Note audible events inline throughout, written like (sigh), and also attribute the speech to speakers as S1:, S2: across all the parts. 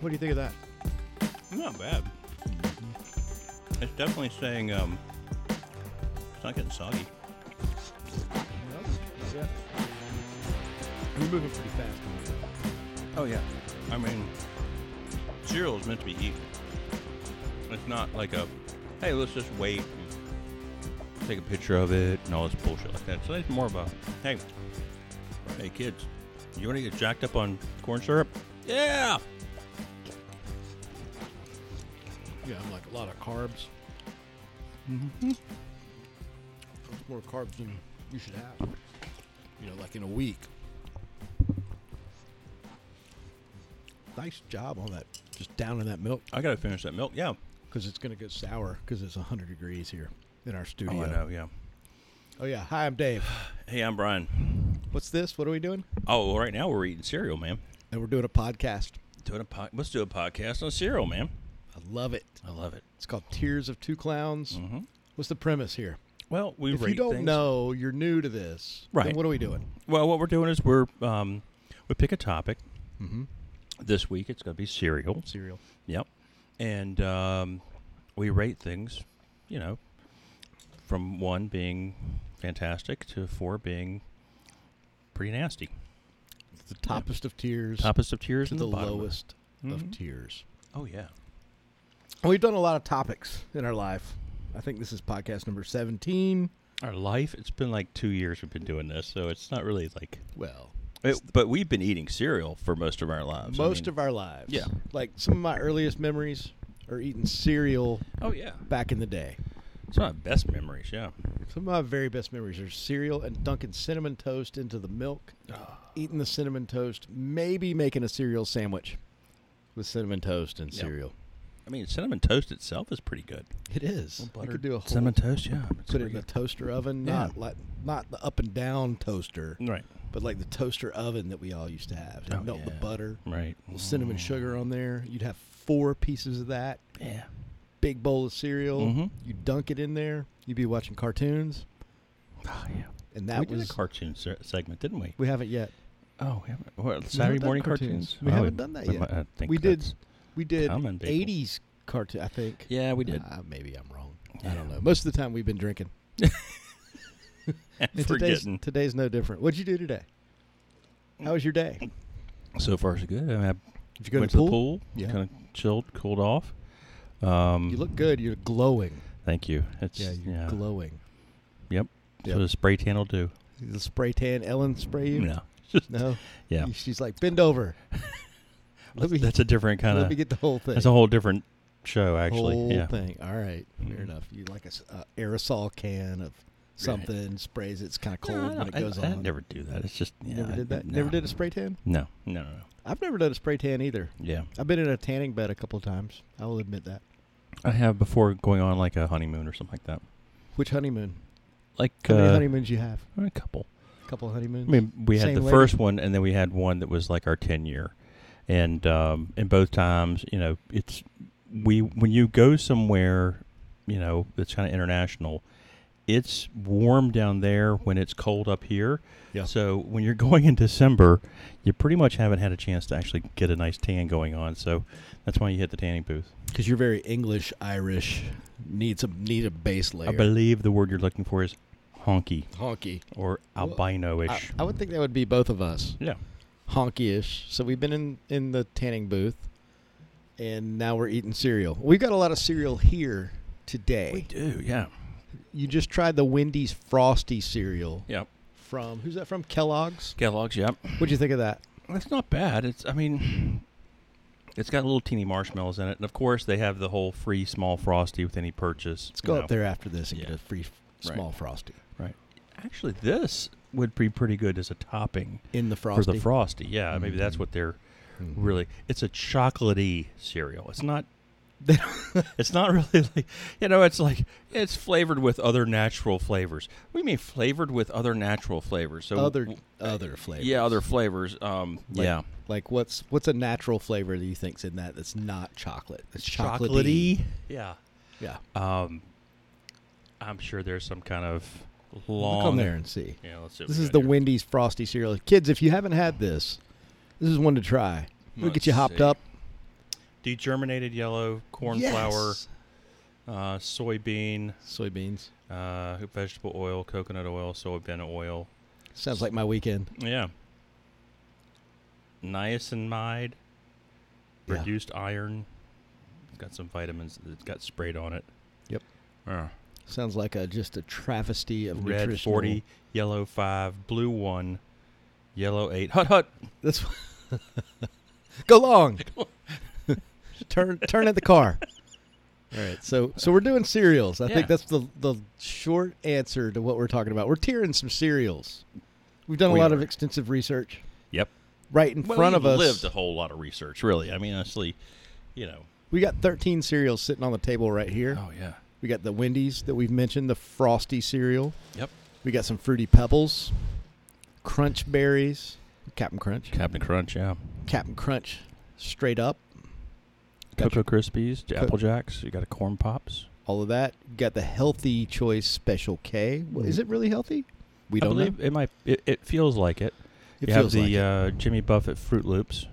S1: What do you think of that?
S2: Not bad. It's definitely saying um, it's not getting soggy.
S1: Yeah. We're moving pretty fast.
S2: Oh yeah. I mean, cereal is meant to be eaten. It's not like a, hey, let's just wait and take a picture of it and all this bullshit like that. So it's more of a, hey, hey kids, you want to get jacked up on corn syrup? Yeah.
S1: Yeah, I'm like a lot of carbs. Mm-hmm. It's more carbs than you should have. You know, like in a week. Nice job on that. Just down in that milk
S2: I gotta finish that milk. Yeah.
S1: because it's going to get sour because it's 100 degrees here in our
S2: Oh,
S1: studio.
S2: I know. Yeah.
S1: Oh, yeah. Hi, I'm Dave.
S2: Hey, I'm Brian.
S1: What's this? What are we doing?
S2: Oh, well, right now we're eating cereal, man.
S1: And we're doing a podcast.
S2: Doing a po- let's do a podcast on cereal, man.
S1: I love it.
S2: I love it.
S1: It's called Tears of Two Clowns. What's the premise here?
S2: Well, we
S1: If
S2: Mm-hmm. rate
S1: you don't
S2: things.
S1: know, you're new to this. then
S2: Right.
S1: what are we doing?
S2: Well, what we're doing is we're um, we pick a topic.
S1: Mm-hmm.
S2: This week it's going to be cereal.
S1: Cereal.
S2: Yep, and um, we rate things, you know, from one being fantastic to four being pretty nasty.
S1: The toppest of tiers
S2: Toppest of Mm-hmm. tiers
S1: to
S2: and
S1: the,
S2: bottom.
S1: lowest of tiers.
S2: Oh yeah.
S1: And We've done a lot of topics in our life. I think this is podcast number 17.
S2: Our life, it's been like two years we've been doing this, so it's not really like.
S1: Well,
S2: It, but we've been eating cereal for most of our lives. I
S1: most
S2: mean-
S1: of our lives.
S2: Yeah.
S1: Like some of my earliest memories are eating cereal
S2: Oh, yeah.
S1: back in the day.
S2: It's not best memories, yeah.
S1: Some of my very best memories are cereal and dunking cinnamon toast into the milk, eating the cinnamon toast, maybe making a cereal sandwich with cinnamon toast and
S2: Yeah.
S1: cereal.
S2: I mean, cinnamon toast itself is pretty good.
S1: It is. You could do a whole
S2: cinnamon toast, yeah.
S1: put it in the toaster oven,
S2: Yeah.
S1: not like not the up and down toaster,
S2: right,
S1: but like the toaster oven that we all used to have. They'd
S2: Oh,
S1: melt the
S2: yeah.
S1: butter,
S2: right. Mm.
S1: the cinnamon sugar on there. You'd have four pieces of that,
S2: Yeah.
S1: big bowl of cereal.
S2: Mhm.
S1: You dunk it in there. You'd be watching cartoons,
S2: Oh, yeah.
S1: and
S2: we
S1: that
S2: did
S1: was
S2: a cartoon se- segment, didn't we?
S1: Ah, we haven't yet.
S2: Oh, we haven't. What,
S1: We haven't
S2: Saturday
S1: done
S2: morning
S1: cartoons.
S2: cartoons.
S1: We
S2: Oh,
S1: haven't done that
S2: we
S1: yet.
S2: might- I think
S1: we did
S2: that's-
S1: we did
S2: common, people.
S1: 80s cartoon, I think.
S2: Yeah, we did.
S1: Uh, maybe I'm wrong. I
S2: Yeah.
S1: don't know. Most of the time we've been drinking. And today's,
S2: (laughs) Forgetting.
S1: today's no different. What'd you do today? How was your day?
S2: So far, so good. I, mean, I
S1: Did you go
S2: went
S1: to the pool? Yeah.
S2: Yeah. Kind of chilled, cooled off. Um,
S1: You look good. You're glowing.
S2: Thank you. It's,
S1: Yeah, you're glowing.
S2: Yep.
S1: Yep.
S2: So the spray tan will do.
S1: The spray tan Ellen spray you?
S2: No. (laughs)
S1: No?
S2: Yeah.
S1: She's like, bend
S2: (laughs)
S1: over. let me-
S2: that's a different kind
S1: Let me
S2: of.
S1: get the whole thing.
S2: That's a whole different show, actually.
S1: whole
S2: yeah.
S1: thing. All right. Fair
S2: Mhm.
S1: enough. You like a s- uh, aerosol can of something, sprays it. It's kind of
S2: No,
S1: cold
S2: I
S1: when
S2: don't-
S1: it goes
S2: I,
S1: on.
S2: I never do that. It's just
S1: You
S2: yeah,
S1: never
S2: I-
S1: did that?
S2: no.
S1: Never did a spray tan?
S2: No, no, no, no.
S1: I've never done a spray tan either.
S2: Yeah,
S1: I've been in a tanning bed a couple of times. I will admit that.
S2: I have before going on like a honeymoon or something like that.
S1: Which honeymoon?
S2: Like
S1: How many
S2: uh,
S1: honeymoons you have?
S2: a couple.
S1: A couple of honeymoons.
S2: I mean, we had
S1: Same
S2: the
S1: lady?
S2: first one, and then we had one that was like our ten year, and um, and both times, you know, it's we when you go somewhere, you know, that's kind of international. It's warm down there when it's cold up here.
S1: Yeah.
S2: So when you're (laughs) going in December, you pretty much haven't had a chance to actually get a nice tan going on. So that's why you hit the tanning booth.
S1: because you're very English Irish. Needs a need a base layer.
S2: I believe the word you're looking for is honky
S1: honky.
S2: or
S1: Well, I,
S2: albino-ish.
S1: I would think that would be both of us.
S2: yeah.
S1: Honky-ish. So we've been in in the tanning booth, and now we're eating cereal. We've got a lot of cereal here today.
S2: do, yeah.
S1: you just tried the Wendy's Frosty cereal
S2: Yep.
S1: from who's that from? Kellogg's.
S2: Kellogg's, yep.
S1: What'd you think of that?
S2: It's not bad. It's, I mean, it's got little teeny marshmallows in it. And, of course, they have the whole free small Frosty with any purchase.
S1: Let's go
S2: you
S1: up
S2: know.
S1: there after this and
S2: Yeah.
S1: get a free f-
S2: Right.
S1: small frosty
S2: Right. Actually, this would be pretty good as a topping
S1: in the frosty. Mm-hmm.
S2: for the Frosty. Yeah, maybe that's what they're really... It's a chocolatey cereal. It's not... (laughs)
S1: They
S2: it's not really (laughs) like you know it's like it's flavored with other natural flavors we mean flavored with other natural flavors so
S1: other other flavors.
S2: yeah other flavors um
S1: Like-
S2: yeah
S1: Like what's what's a natural flavor that you think's in that that's not chocolate? It's chocolatey.
S2: chocolatey yeah
S1: Yeah.
S2: um i'm sure there's some kind of long
S1: Look on there and see.
S2: yeah let's see what
S1: This
S2: we
S1: is
S2: got
S1: the
S2: here.
S1: Wendy's Frosty cereal. Kids, if you haven't had this, this is one to try. It'll get
S2: Let's
S1: you hopped
S2: see.
S1: up.
S2: degerminated yellow, corn flour,
S1: Yes.
S2: uh, soybean,
S1: soybeans.
S2: uh, vegetable oil, coconut oil, soybean oil.
S1: Sounds like my weekend.
S2: Yeah. Niacinamide,
S1: Yeah.
S2: reduced iron. It's got some vitamins that's got sprayed on it.
S1: Yep.
S2: Uh,
S1: Sounds like a, just a travesty of
S2: red
S1: nutritional-
S2: 40, yellow 5, blue 1, yellow 8. Hut hut.
S1: That's (laughs) go
S2: (laughs)
S1: long. turn turn at the car. All right, so so we're doing cereals. I
S2: Yeah.
S1: think that's the the short answer to what we're talking about. We're tearing some cereals. We've done a
S2: We
S1: lot of
S2: are.
S1: extensive research
S2: Yep.
S1: right in
S3: Well,
S1: front
S3: you've
S1: of us.
S3: lived a whole lot of research, really. I mean, honestly, you know.
S1: We got 13 cereals sitting on the table right here.
S2: Oh.
S3: yeah.
S1: We got the Wendy's that we've mentioned, the Frosty cereal.
S3: Yep.
S1: We got some fruity pebbles, Crunch berries, Captain Crunch,
S2: Captain Crunch, yeah.
S1: Captain Crunch, straight up. Got
S2: Cocoa Krispies,
S1: Co-
S2: Apple Jacks. You got a Corn Pops.
S1: all of that. You got the healthy choice Special K. Well, Is it really healthy? We
S2: I
S1: don't know.
S2: believe it might. It, it feels like it.
S1: It
S2: you
S1: feels
S2: have
S1: like
S2: the
S1: it.
S2: uh, Jimmy Buffett Fruit Loops.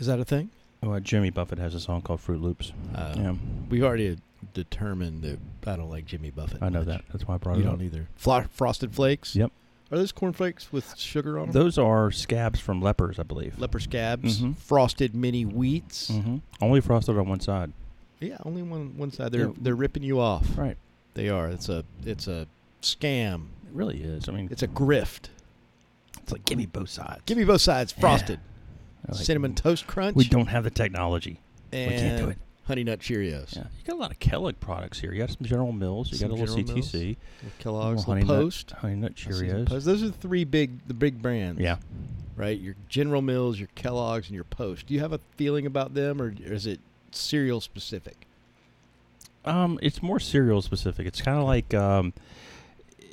S1: Is that a thing?
S2: Oh, uh, Jimmy Buffett has a song called Fruit Loops.
S1: Uh,
S2: Mm, yeah,
S1: We've already determined that I don't like Jimmy Buffett.
S2: I know
S1: much.
S2: that. That's why I brought
S1: You
S2: it
S1: don't
S2: up.
S1: either. Fla- Frosted Flakes.
S2: Yep.
S1: Are those cornflakes with sugar on them?
S2: Those are scabs from lepers, I believe.
S1: Leper scabs.
S2: Mhm.
S1: Frosted mini wheats.
S2: hmm Only frosted on one side.
S1: Yeah, only one one side. They're
S2: Yeah.
S1: they're ripping you off.
S2: Right.
S1: They are. It's a it's a scam.
S2: It really is. I mean,
S1: It's a grift.
S2: it's like give me both sides.
S1: Give me both sides.
S2: Yeah.
S1: Frosted
S2: I like-
S1: cinnamon toast crunch.
S2: We don't have the technology.
S1: and
S2: we can't do it.
S1: Honey nut Cheerios.
S2: Yeah. You got a lot of Kellogg products here. You got some General Mills. You
S1: Some
S2: got a little
S1: General Mills,
S2: CTC.
S1: Little Kellogg's, little
S2: little Honey Nut-
S1: Post,
S2: Honey Nut
S1: Seasoned
S2: Cheerios.
S1: Post. Those are the three big the big brands.
S2: Yeah.
S1: Right. Your General Mills, your Kellogg's, and your Post. Do you have a feeling about them, or is it cereal specific?
S2: Um, it's more cereal specific. It's kind of like um,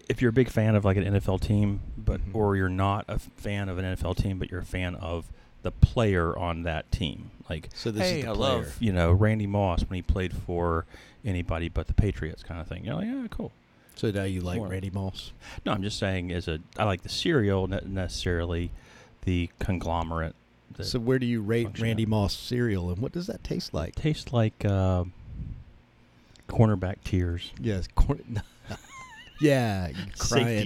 S2: if you're a big fan of like an NFL team, but
S1: Mhm.
S2: or you're not a f- fan of an NFL team, but you're a fan of the player on that team. Like,
S1: So this
S3: Hey,
S1: is the
S3: I
S1: player.
S3: love-
S2: you know, Randy Moss when he played for anybody but the Patriots, kind of thing. You're like, yeah, cool.
S1: So now you like
S2: More.
S1: Randy Moss?
S2: No, I'm just saying, as a I like the cereal, not necessarily the conglomerate. That
S1: So where do you rate
S2: Function
S1: Randy
S2: out.
S1: Moss cereal, and what does that taste like?
S2: tastes like uh, cornerback tears.
S1: Yes, corner. (laughs) yeah, you crying
S2: (laughs)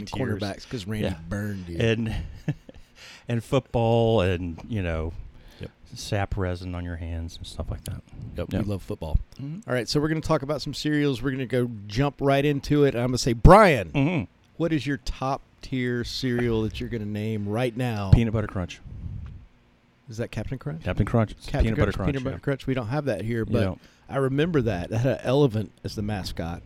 S2: Safety tears.
S1: cornerbacks because Randy
S2: Yeah.
S1: burned you.
S2: and (laughs) and football and you know
S1: Yep.
S2: sap resin on your hands and stuff like that.
S1: Yep,
S2: yeah.
S1: We love football.
S2: Mm-hmm.
S1: All right, so we're going to talk about some cereals. We're going to go jump right into it. I'm going to say, Brian,
S2: hmm
S1: what is your top tier cereal that you're going to name right now?
S2: Peanut butter crunch,
S1: is that Captain Crunch?
S2: Captain Crunch, It's
S1: Captain
S2: peanut butter crunch.
S1: Peanut butter crunch. We don't have that here,
S2: yeah. You
S1: but
S2: know,
S1: I remember that. That had an elephant as the mascot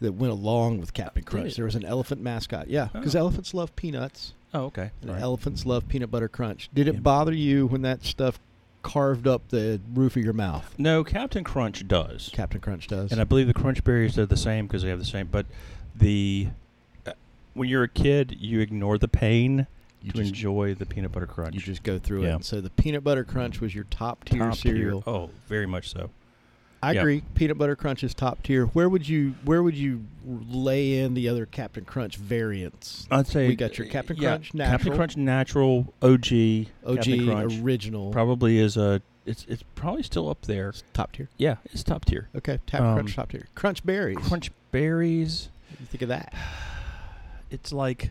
S1: that went along with Captain
S2: Did
S1: Crunch.
S2: it?
S1: There was an elephant mascot. Yeah, because
S2: Oh.
S1: elephants love peanuts.
S2: oh okay.
S1: And
S2: All right.
S1: elephants love peanut butter crunch. Did
S2: Yeah.
S1: it bother you when that stuff carved up the roof of your mouth?
S2: No, Captain Crunch does,
S1: Captain Crunch does.
S2: and I believe the Crunch berries are the same because they have the same. But the uh, when you're a kid, you ignore the pain
S1: you,
S2: to
S1: just,
S2: enjoy the peanut butter crunch.
S1: you just go through
S2: Yeah.
S1: it. So the peanut butter crunch was your top tier
S2: Top tier.
S1: cereal.
S2: Oh, very much so.
S1: I
S2: yeah.
S1: agree. Peanut butter crunch is top tier. Where would you where would you lay in the other Captain Crunch variants?
S2: I'd say
S1: We got your Captain
S2: yeah,
S1: Crunch
S2: Captain
S1: natural.
S2: Crunch natural OG,
S1: OG
S2: Captain Crunch.
S1: original
S2: probably is a it's it's probably still up there.
S1: It's top tier.
S2: Yeah, it's top tier.
S1: Okay, tap
S2: Um,
S1: crunch top tier. Crunch berries.
S2: Crunch berries.
S1: You think of that?
S2: It's like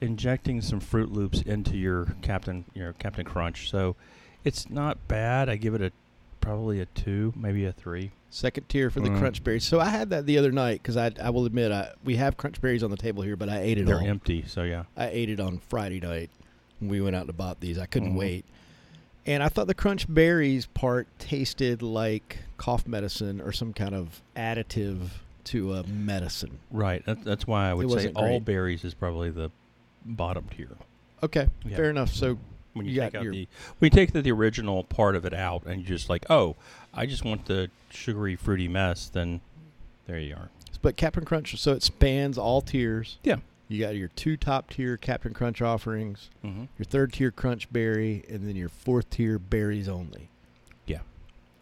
S2: injecting some Fruit Loops into your Captain your Captain Crunch. So it's not bad. I give it a probably a two, maybe a three.
S1: Second tier for the
S2: Mm.
S1: crunch berries. So I had that the other night because I I will admit I we have crunch berries on the table here, but I ate it
S2: They're
S1: all.
S2: empty. So yeah,
S1: I ate it on Friday night when we went out to bought these. I couldn't
S2: Mhm.
S1: wait. And I thought the crunch berries part tasted like cough medicine or some kind of additive to a medicine.
S2: right. That, that's why I would
S1: It
S2: say
S1: wasn't
S2: all
S1: great.
S2: berries is probably the bottom tier.
S1: Okay,
S2: Yeah.
S1: fair enough. So
S2: When you,
S1: You
S2: take
S1: got
S2: out
S1: your-
S2: the when you take the, the original part of it out and you just like oh I just want the sugary fruity mess then there you are
S1: but Captain Crunch so it spans all tiers.
S2: yeah
S1: You got your two top tier Captain Crunch offerings,
S2: mm-hmm.
S1: your third tier crunch berry, and then your fourth tier berries only.
S2: yeah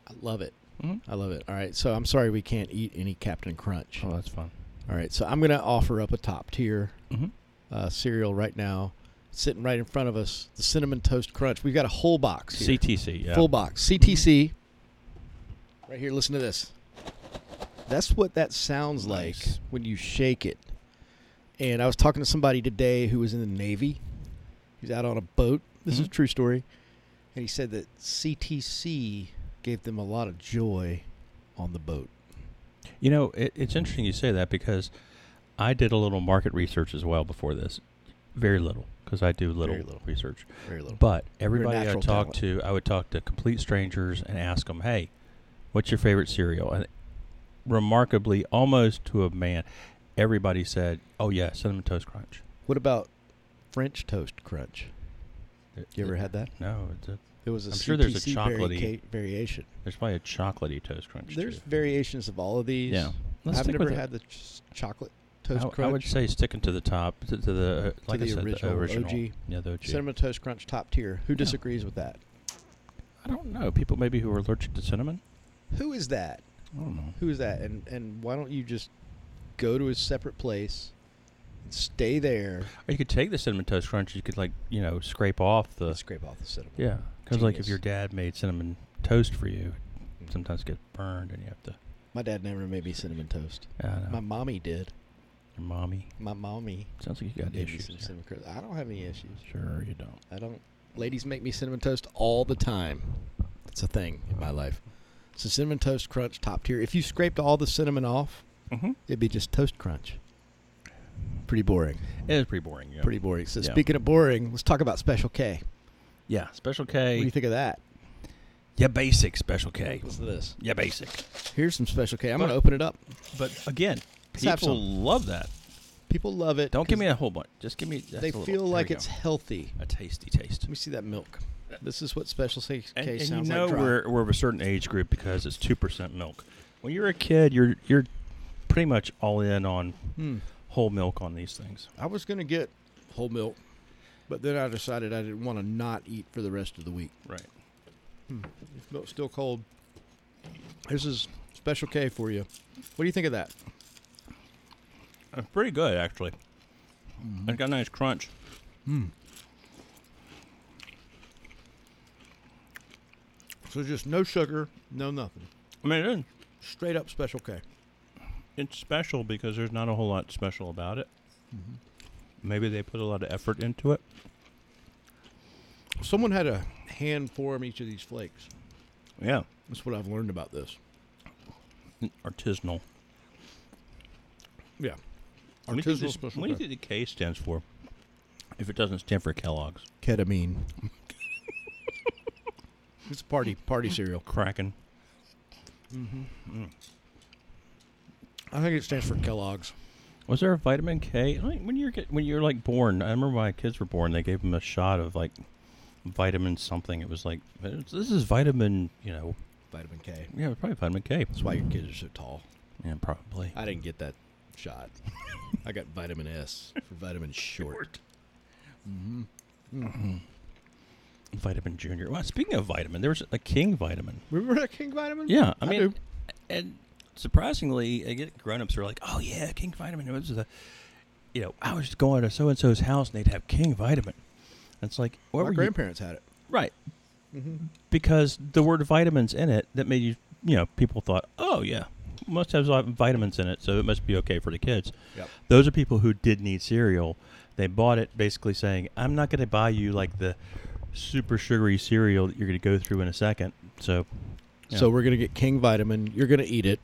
S1: I love it.
S2: mm-hmm.
S1: I love it. All right, so I'm sorry we can't eat any Captain Crunch.
S2: Oh, that's fun.
S1: All right, so I'm going to offer up a top tier
S2: Mm-hmm.
S1: uh, cereal right now. sitting right in front of us, the cinnamon toast crunch. We've got a whole box, here,
S2: CTC. Yeah.
S1: full box, CTC. Right here, listen to this. That's what that sounds like
S2: Nice.
S1: when you shake it. And I was talking to somebody today who was in the Navy. He's out on a boat. This is a
S2: Mhm.
S1: true story. And he said that CTC gave them a lot of joy on the boat.
S2: You know, it, it's interesting you say that because I did a little market research as well before this. Very little, because I do little,
S1: Very little.
S2: research.
S1: Very little.
S2: But everybody I
S1: natural
S2: talked
S1: talent.
S2: to, I would talk to complete strangers and ask them, "Hey, what's your favorite cereal?" And remarkably, almost to a man, everybody said, "Oh yeah, cinnamon toast crunch."
S1: What about French toast crunch?
S2: It-
S1: You ever
S2: it-
S1: had that?
S2: No, it's a,
S1: It was a
S2: I'm sure there's a
S1: CTC vari-
S2: chocolatey-
S1: ca- variation.
S2: there's probably a chocolatey toast crunch.
S1: There's
S2: too.
S1: variations of all of these.
S2: yeah. Let's
S1: I've
S2: stick
S1: never
S2: with it.
S1: had the ch- chocolate toast
S2: I,
S1: crunch.
S2: I would say sticking to the top, to, to the uh, like
S1: the
S2: I said,
S1: original,
S2: the original.
S1: OG.
S2: Yeah, the OG.
S1: Cinnamon toast crunch top tier. Who disagrees with that?
S2: I don't know. People maybe who are allergic to cinnamon.
S1: Who is that?
S2: I don't know.
S1: Who is that? And and why don't you just go to a separate place, and stay there,
S2: Or you could take the cinnamon toast crunch. You could like you know scrape off the.
S1: and scrape off the cinnamon?
S2: yeah, because like
S1: Genius.
S2: if your dad made cinnamon toast for you,
S1: Mm.
S2: it sometimes gets burned and you have to.
S1: My dad never made me cinnamon toast.
S2: I don't know.
S1: My mommy did.
S2: your mommy.
S1: My mommy
S2: Sounds like you got
S1: made me
S2: issues.
S1: some
S2: there.
S1: cinnamon crisp. I don't have any issues.
S2: Sure, you don't.
S1: I don't. Ladies make me cinnamon toast all the time. It's a thing in my life. So cinnamon toast crunch top tier. If you scraped all the cinnamon off,
S2: Mm-hmm.
S1: it'd be just toast crunch. Pretty boring.
S2: It is pretty boring. Yeah.
S1: Pretty boring. So
S2: Yeah.
S1: speaking of boring, let's talk about Special K.
S2: Yeah. Special
S1: What do you
S2: K.
S1: think of that?
S2: Yeah, basic special K.
S1: Listen to this.
S2: Yeah, basic.
S1: Here's some Special K. I'm going to
S2: But-
S1: open it up.
S2: But again,
S1: Let's have
S2: people love that.
S1: People love it.
S2: Don't give
S1: 'cause
S2: me a whole bunch. Just give me. Just
S1: They
S2: a little.
S1: feel
S2: Here
S1: like
S2: we
S1: it's
S2: go.
S1: healthy.
S2: a tasty taste.
S1: Let me see that milk. This is what Special K
S2: And, and you
S1: sounds
S2: know
S1: like. dry.
S2: we're, we're of a certain age group because it's two percent milk. When you're a kid, you're you're pretty much all in on
S1: Hmm.
S2: whole milk on these things.
S1: I was going to get whole milk, but then I decided I didn't want to not eat for the rest of the week.
S2: Right.
S1: If milk's still cold, this is Special K for you. What do you think of that?
S3: It's Uh, pretty good, actually.
S1: Mm-hmm.
S3: It's got a nice crunch.
S1: So just no sugar, no nothing.
S3: I mean, it is.
S1: Straight up Special K.
S3: It's special because there's not a whole lot special about it.
S1: Mm-hmm.
S3: Maybe they put a lot of effort into it.
S1: Someone had to hand form each of these flakes.
S3: Yeah.
S1: That's what I've learned about this.
S3: Artisanal.
S1: Yeah.
S3: What do you
S1: Artisanal
S3: think this-
S1: Special
S3: What do you
S1: K.
S3: think the K stands for? If it doesn't stand for Kellogg's,
S1: Ketamine. (laughs) it's party party cereal.
S3: Kraken.
S1: I think it stands for Kellogg's.
S2: Was there a vitamin K like, when you're get, when you're like born? I remember when my kids were born. They gave them a shot of like vitamin something. It was like "It's- this is vitamin. You know,
S1: Vitamin K.
S2: yeah, probably vitamin K.
S1: That's why your kids are so tall.
S2: Yeah, probably.
S1: I didn't get that shot. I got vitamin S for vitamin short. Mm-hmm.
S2: Vitamin Junior. Well, speaking of vitamin, there was a King vitamin.
S1: Remember that King vitamin?
S2: Yeah, I
S1: I
S2: mean,
S1: do.
S2: and surprisingly, I get grown-ups are like, "Oh yeah, King Vitamin." It was the, you know, I was going to so and so's house and they'd have King Vitamin. And it's like, what
S1: My
S2: were you-
S1: grandparents had it.
S2: right?
S1: Mm-hmm.
S2: Because the word vitamins in it that made you, you know, people thought, "Oh yeah, must have vi- vitamins in it, so it must be okay for the kids."
S1: Yep.
S2: Those are people who did need cereal. They bought it basically saying, "I'm not going to buy you like the super sugary cereal that you're going to go through in a second. So Yeah.
S1: So we're gonna get King vitamin. You're gonna eat it,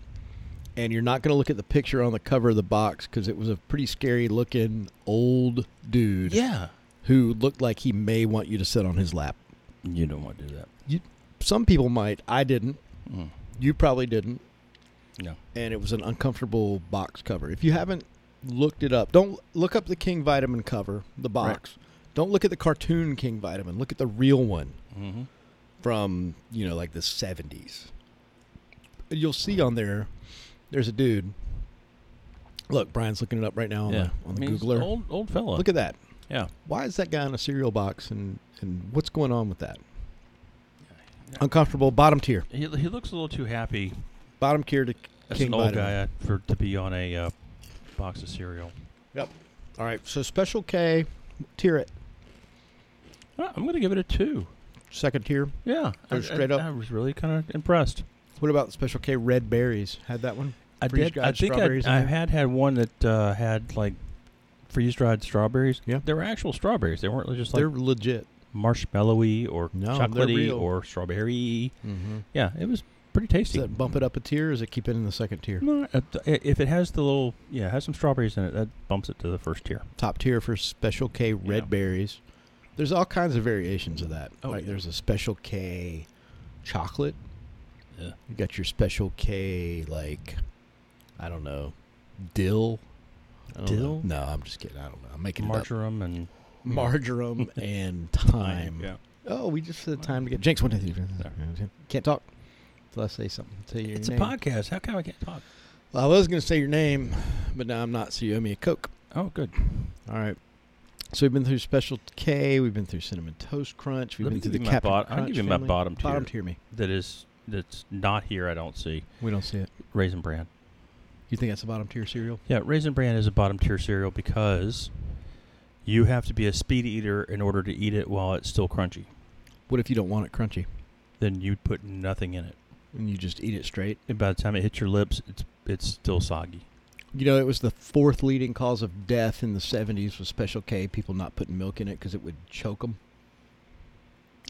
S1: and you're not gonna look at the picture on the cover of the box because it was a pretty scary looking old dude
S2: yeah,
S1: who looked like he may want you to sit on his lap.
S2: you don't want to do that.
S1: Some people might. I didn't.
S2: Mm.
S1: You probably didn't.
S2: No.
S1: And it was an uncomfortable box cover. If you haven't looked it up, don't look up the King vitamin cover, the box. Don't look at the cartoon King vitamin. Look at the real one.
S2: Mm-hmm.
S1: from you know like the 70s you'll see on there there's a dude look brian's looking it up right now on
S2: Yeah.
S1: the, on the
S2: I mean, he's an
S1: googler
S2: Old old fella.
S1: look at that
S2: yeah.
S1: why is that guy in a cereal box and and what's going on with that uncomfortable bottom tier
S2: He, he looks a little too happy.
S1: bottom tier to
S2: That's
S1: king
S2: an old
S1: vitamin.
S2: guy for to be on a uh, box of cereal.
S1: all right so special k tier it
S2: Uh, I'm going to give it a two.
S1: Second tier.
S2: Yeah,
S1: So
S2: I-
S1: straight
S2: I,
S1: up.
S2: I was really kind of impressed.
S1: What about Special K Red Berries? Had that one?
S2: I
S1: Freeze
S2: did.
S1: dried
S2: I think I,
S1: strawberries in
S2: I
S1: there?
S2: had had one that uh, had like freeze dried strawberries.
S1: Yeah.
S2: they were actual strawberries. They weren't just like
S1: They're legit.
S2: marshmallowy or
S1: No, they're
S2: chocolatey
S1: real.
S2: or strawberry.
S1: Mm-hmm.
S2: Yeah, it was pretty tasty.
S1: Does that bump it up a tier? Or is it keep it in the second tier?
S2: No, uh, th- i- if it has the little yeah, it has some strawberries in it, that bumps it to the first tier.
S1: Top tier for Special K Red
S2: Yeah.
S1: Berries. There's all kinds of variations of that.
S2: Oh,
S1: like
S2: yeah.
S1: there's a Special K chocolate.
S2: Yeah.
S1: You got your Special K like I don't know dill. I don't know.
S2: Dill?
S1: No, I'm just kidding. I don't know. I'm making it up.
S2: Marjoram and
S1: (laughs) marjoram and thyme.
S2: Yeah.
S1: Oh, we just said time to get Jinx. One, two, three. four,
S2: Sorry.
S1: five, Can't talk until I say something. Say your
S2: It's
S1: name.
S2: a podcast. How come I can't talk?
S1: Well, I was going to say your name, but now I'm not. So you owe me a Coke.
S2: Oh, good.
S1: All right. So we've been through Special K. We've been through Cinnamon Toast Crunch. We've
S2: Let me
S1: been through
S2: give
S1: the
S2: you my
S1: Captain
S2: bot- I'll
S1: Crunch
S2: give you my
S1: family.
S2: bottom tier.
S1: Bottom tier me.
S2: That is that's not here. I don't see
S1: We don't see it.
S2: raisin bran.
S1: You think that's a bottom tier cereal?
S2: Yeah, Raisin Bran is a bottom tier cereal because you have to be a speed eater in order to eat it while it's still crunchy.
S1: What if you don't want it crunchy
S2: Then you put nothing in it.
S1: and you just eat it straight?
S2: And by the time it hits your lips, it's it's still soggy.
S1: You know, it was the fourth leading cause of death in the 70s was Special K, people not putting milk in it because it would choke them.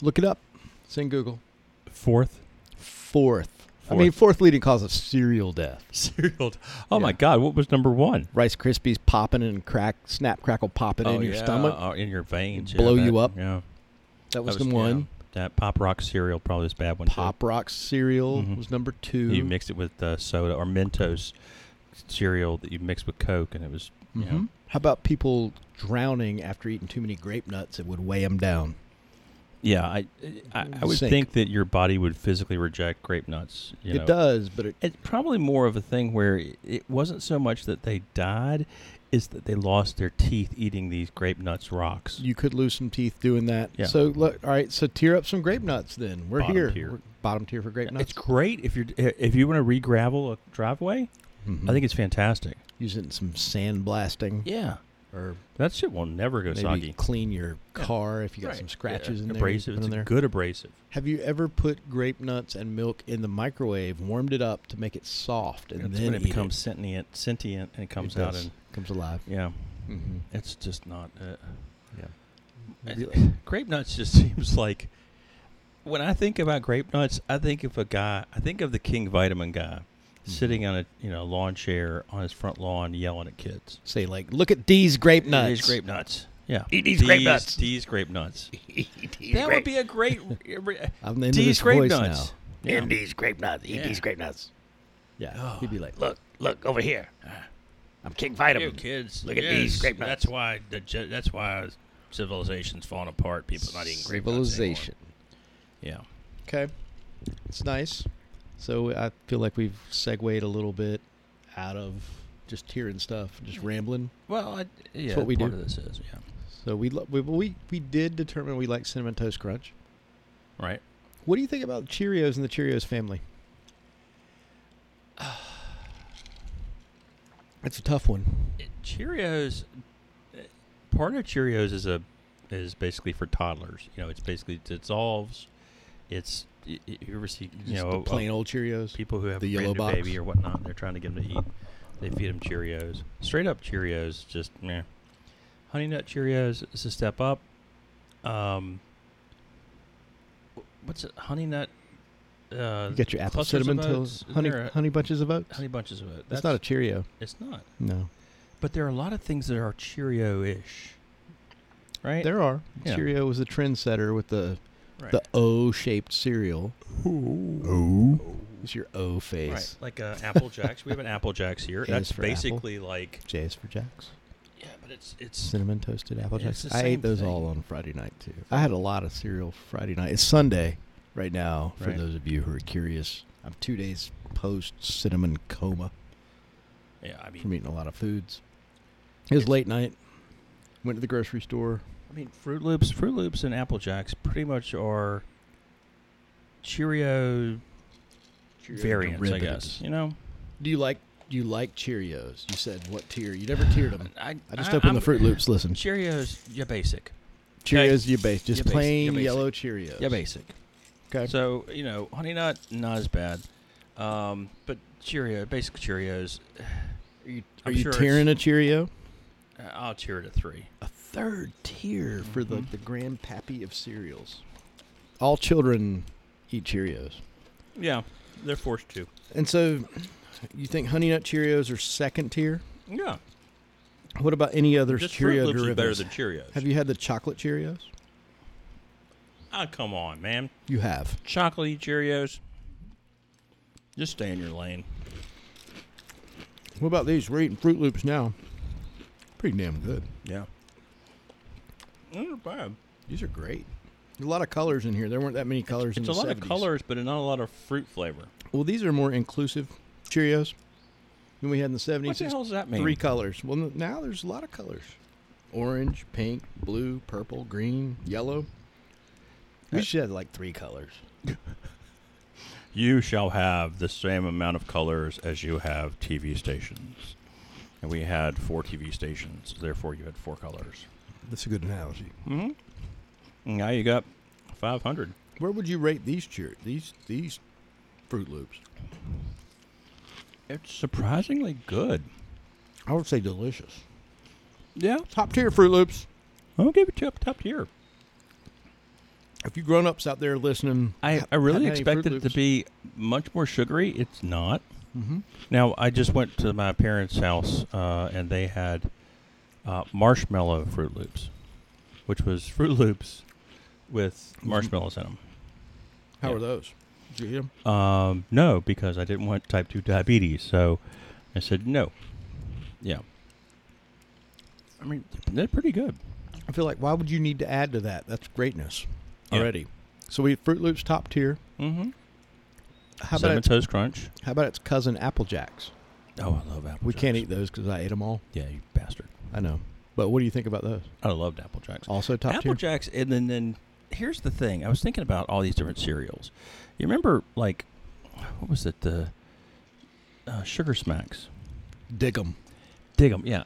S1: Look it up. It's in Google.
S2: Fourth (laughs)
S1: Fourth. I mean, fourth leading cause of cereal death.
S2: cereal. Oh my
S1: Yeah.
S2: God! What was number one?
S1: Rice Krispies popping and crack, snap, crackle popping in your stomach.
S2: uh, in your veins,
S1: blow
S2: yeah,
S1: you
S2: that-
S1: up.
S2: Yeah,
S1: That was,
S2: That
S1: the
S2: yeah,
S1: one.
S2: that Pop Rock cereal probably was a bad one. too.
S1: Pop Rock cereal
S2: Mhm.
S1: was number two.
S2: You mixed it with uh, soda or Mentos cereal that you mixed with Coke, and it was
S1: Mhm.
S2: yeah.
S1: How about people drowning after eating too many grape nuts? It would weigh them down.
S2: Yeah, I I, I would
S1: Sink.
S2: think that your body would physically reject grape nuts. You
S1: it
S2: know.
S1: does, but it,
S2: It's probably more of a thing where i- it wasn't so much that they died, is that they lost their teeth eating these grape nuts rocks.
S1: you could lose some teeth doing that.
S2: Yeah.
S1: So look, all right. So tear up some grape nuts. Then we're
S2: Bottom
S1: here.
S2: tier.
S1: We're bottom tier for grape nuts.
S2: It's great if you're if you want to re-gravel a driveway.
S1: Mhm.
S2: I think it's fantastic.
S1: using some sandblasting
S2: Yeah,
S1: or
S2: that shit will never go
S1: maybe
S2: soggy.
S1: clean your
S2: Yeah.
S1: car if you got
S2: Right.
S1: some scratches in there. you
S2: abrasive.
S1: put
S2: It's
S1: in
S2: a
S1: there.
S2: good abrasive.
S1: Have you ever put grape nuts and milk in the microwave, warmed it up to make it soft, and
S2: That's
S1: then
S2: when it
S1: eat
S2: becomes sentient, sentient, and it comes out
S1: does.
S2: and
S1: comes alive?
S2: yeah,
S1: Mm-hmm.
S2: it's just not. Uh,
S1: Yeah.
S2: (laughs) grape nuts just seems like when I think about grape nuts, I think of a guy. I think of the King Vitamin guy
S1: Mm-hmm.
S2: sitting on a you know lawn chair on his front lawn yelling at kids.
S1: Say like, look at these grape nuts.
S2: These grape nuts. Yeah.
S1: Eat these grape nuts.
S2: These grape nuts. that would be a great.
S1: (laughs)
S2: re-
S1: I'm into
S2: these
S1: this
S2: grape
S1: voice
S2: nuts.
S4: Yeah.
S2: Yeah.
S4: these grape nuts. Eat
S2: Yeah.
S4: these grape nuts.
S1: now. Yeah,
S2: Oh.
S1: he'd be like,
S4: Look, look over here. I'm King
S2: You
S4: Vitamin.
S2: kids.
S4: Look at these grape nuts.
S2: That's why. The, ge- that's why civilization's falling apart. People not eating grape nuts anymore.
S1: civilization.
S2: Yeah.
S1: Okay, it's nice. So I feel like we've segued a little bit out of just hearing stuff, just rambling.
S2: Well, I, yeah.
S1: what we
S2: part
S1: do.
S2: of this is. Yeah.
S1: So we lo- we we, we did determine we like cinnamon toast crunch.
S2: Right.
S1: What do you think about Cheerios and the Cheerios (sighs) family? That's a tough one.
S2: it- Cheerios. eh, Part of Cheerios is a is basically for toddlers. You know, it's basically it dissolves. It's y- y- you ever see you
S1: Just
S2: know
S1: the
S2: uh,
S1: plain old Cheerios.
S2: people who have
S1: the
S2: a brand
S1: yellow
S2: new
S1: box.
S2: baby or whatnot. and They're trying to get them to eat. They feed them Cheerios. Straight up Cheerios, just meh. Honey Nut Cheerios is a step up. Um, wh- what's it? Honey Nut. Uh,
S1: You got your apple
S2: clusters of
S1: cinnamon
S2: oats?
S1: toast,
S2: Isn't
S1: honey,
S2: there a-
S1: honey bunches of oats.
S2: honey bunches of it.
S1: That's not a Cheerio.
S2: It's not.
S1: No,
S2: But there are a lot of things that are Cheerio-ish, right?
S1: there are.
S2: Yeah.
S1: Cheerio was the trendsetter with the
S2: right.
S1: the O-shaped cereal. O. It's your O face.
S2: right, like uh, Apple Jacks.
S1: (laughs)
S2: We have an Apple Jacks here.
S1: Is
S2: That's
S1: for apple.
S2: basically like
S1: J is for Jacks.
S2: yeah, but it's it's
S1: Cinnamon toasted apple
S2: Yeah, it's
S1: jacks.
S2: the
S1: I
S2: same
S1: ate those
S2: thing.
S1: all on Friday night too. I had a lot of cereal Friday night. It's Sunday right now for
S2: Right.
S1: those of you who are curious. I'm two days post cinnamon coma
S2: yeah. I mean,
S1: from eating a lot of foods. It was late night. Went to the grocery store.
S2: I mean, Fruit Loops, Fruit Loops, and Apple Jacks pretty much are Cheerio, variants, I guess.
S1: derivatives.
S2: You know,
S1: Do you like do you like Cheerios? You said what tier? You never tiered them.
S2: I
S1: I just opened the
S2: I'm-
S1: Fruit Loops. Listen,
S2: Cheerios, yeah, basic.
S1: Cheerios, you base, just
S2: Your basic,
S1: plain
S2: your basic.
S1: yellow Cheerios.
S2: Yeah, basic.
S1: Okay.
S2: So you know, honey nut not as bad, um, but Cheerio, basic
S3: (sighs)
S2: Cheerios.
S1: Are you, are
S2: I'm
S1: you
S2: sure it's-
S1: tearing a Cheerio?
S2: uh, I'll cheer it a three.
S1: A third tier for the,
S2: Mhm.
S1: the grandpappy of cereals. Mm-hmm. All children eat Cheerios.
S3: Yeah, they're forced to.
S1: And so you think Honey Nut Cheerios are second tier?
S3: Yeah,
S1: What about any other
S3: just
S1: Cheerio
S3: Fruit Loops is better
S1: derivatives?
S3: than Cheerios.
S1: have you had the chocolate Cheerios?
S3: Ah, come on, man.
S1: You have.
S3: Chocolatey Cheerios. Just stay in your lane.
S1: What about these? We're eating Fruit Loops now. Pretty damn good.
S3: Yeah. Not bad.
S1: These are great. A lot of colors in here. There weren't that many colors
S3: It's
S1: in
S3: a
S1: the
S3: lot of
S1: 70s.
S3: colors, but not a lot of fruit flavor.
S1: Well, these are more inclusive Cheerios than we had in the 70s.
S3: What the
S1: It's
S3: hell does that mean?
S1: Three colors. Well, n- now there's a lot of colors orange, pink, blue, purple, green, yellow.
S3: Uh,
S1: We should have like three colors.
S3: You shall have the same amount of colors as you have TV stations. And we had four TV stations, therefore you had four colors.
S1: That's a good analogy.
S3: Mm-hmm. Now you got 500.
S1: Where would you rate these cheer these these Fruit Loops?
S3: It's surprisingly good.
S1: I would say delicious.
S3: Yeah.
S1: Top tier Fruit Loops.
S3: I'll give it to up top tier.
S1: If you grown ups out there listening,
S3: I,
S1: ha-
S3: I really
S1: haven't had any Froot
S3: expected it to
S1: Loops.
S3: be much more sugary. It's not.
S1: Mhm.
S2: Now I just went to my parents' house uh, and they had uh, marshmallow Fruit Loops, which was Fruit Loops with
S3: Mm-hmm.
S2: marshmallows in
S1: How
S2: Yeah.
S1: are those? Did you eat 'em?
S2: them. Um, no, because I didn't want type two diabetes, so I said no. Yeah. I mean, they're pretty good.
S1: I feel like why would you need to add to that? That's greatness
S3: Yeah.
S1: already. So we Fruit Loops top tier.
S3: Mm-hmm.
S1: How about
S2: Cinnamon
S1: its,
S2: Toast Crunch.
S1: how about its cousin Apple Jacks?
S2: Oh, I love apple.
S1: We can't
S2: Jacks.
S1: eat those because I ate them all.
S2: Yeah, you bastard.
S1: I know. But what do you think about those?
S2: I loved apple jacks.
S1: Also top
S2: Apple
S1: tier.
S2: Jacks, and then then here's the thing. I was thinking about all these different cereals. You remember like what was it the uh, Sugar Smacks?
S1: Dig them.
S2: Dig 'em, yeah.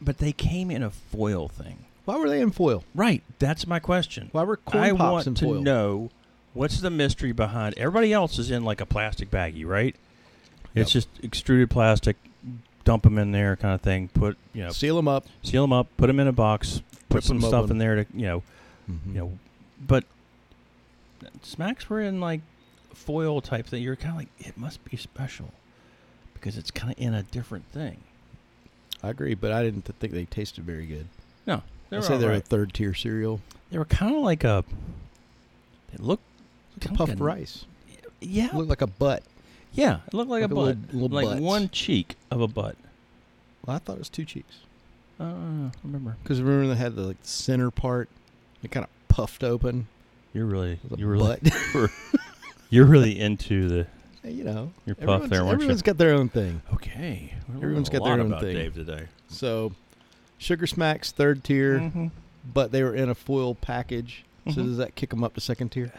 S2: But they came in a foil thing.
S1: Why were they in foil?
S2: Right, that's my question.
S1: Why were corn
S2: I
S1: pops
S2: want
S1: in
S2: to
S1: foil?
S2: know what's the mystery behind. Everybody else is in like a plastic baggie, right?
S1: Yep.
S2: It's just extruded plastic. Dump them in there, kind of thing. Put you know,
S1: Seal them up.
S2: seal them up. Put them in a box.
S1: Whip
S2: Put some
S1: 'em
S2: stuff
S1: open.
S2: in there to you know
S1: Mhm.
S2: you know, but smacks were in like foil type thing. You're kind of like, it must be special because it's kind of in a different thing.
S1: I agree, but I didn't th- think they tasted very good.
S2: No,
S1: I
S2: they were
S1: say
S2: all
S1: they're a
S2: right.
S1: third tier cereal.
S2: They were kind of like a. They looked kinda like
S1: Puffed
S2: a-
S1: rice.
S2: Yeah,
S1: Looked like a butt.
S2: yeah. It looked like,
S1: like
S2: a
S1: a
S2: butt,
S1: little- little
S2: like
S1: butts.
S2: one cheek of a butt.
S1: Well, I thought it was two cheeks.
S2: I don't know, I Uh, remember.
S1: Because remember they had the like, center part, it kind of puffed open.
S2: You're really,
S1: with a
S2: you're really,
S1: butt.
S2: you're really into the
S1: (laughs) you know,
S2: your puff
S1: everyone's,
S2: there, weren't you?
S1: everyone's got their own thing.
S2: Okay,
S1: Everyone's got their own thing.
S2: Dave today.
S1: So, Sugar Smacks third tier,
S2: Mm-hmm.
S1: but they were in a foil package. So
S2: Mhm.
S1: does that kick them up to second tier?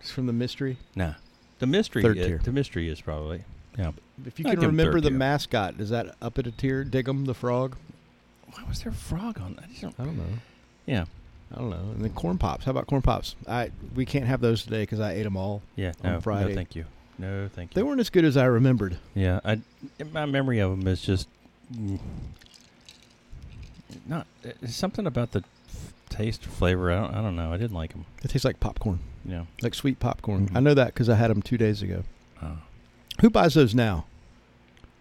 S1: It's from the mystery.
S2: Nah, the mystery.
S1: Third
S2: i-
S1: tier.
S2: The mystery is probably yeah.
S1: If you
S2: I'd
S1: can
S2: give 'em
S1: remember
S2: third
S1: the
S2: tier.
S1: mascot, does that up it a tier? Dig'em the frog.
S2: Why was there a frog on that? I just don't-
S1: I don't know.
S2: Yeah,
S1: I don't know. And then corn pops. How about corn pops? I we can't have those today because I ate them all.
S2: yeah.
S1: On
S2: No,
S1: Friday.
S2: no, thank you. No, thank you.
S1: They weren't as good as I remembered.
S2: Yeah, I. in My memory of them is just mm, not uh, it's something about the f- taste or flavor. I don't. I don't know. I didn't like them.
S1: It tastes like popcorn,
S2: You know.
S1: like sweet popcorn.
S2: Mhm.
S1: I know that because I had them two days ago.
S2: Uh,
S1: Who buys those now?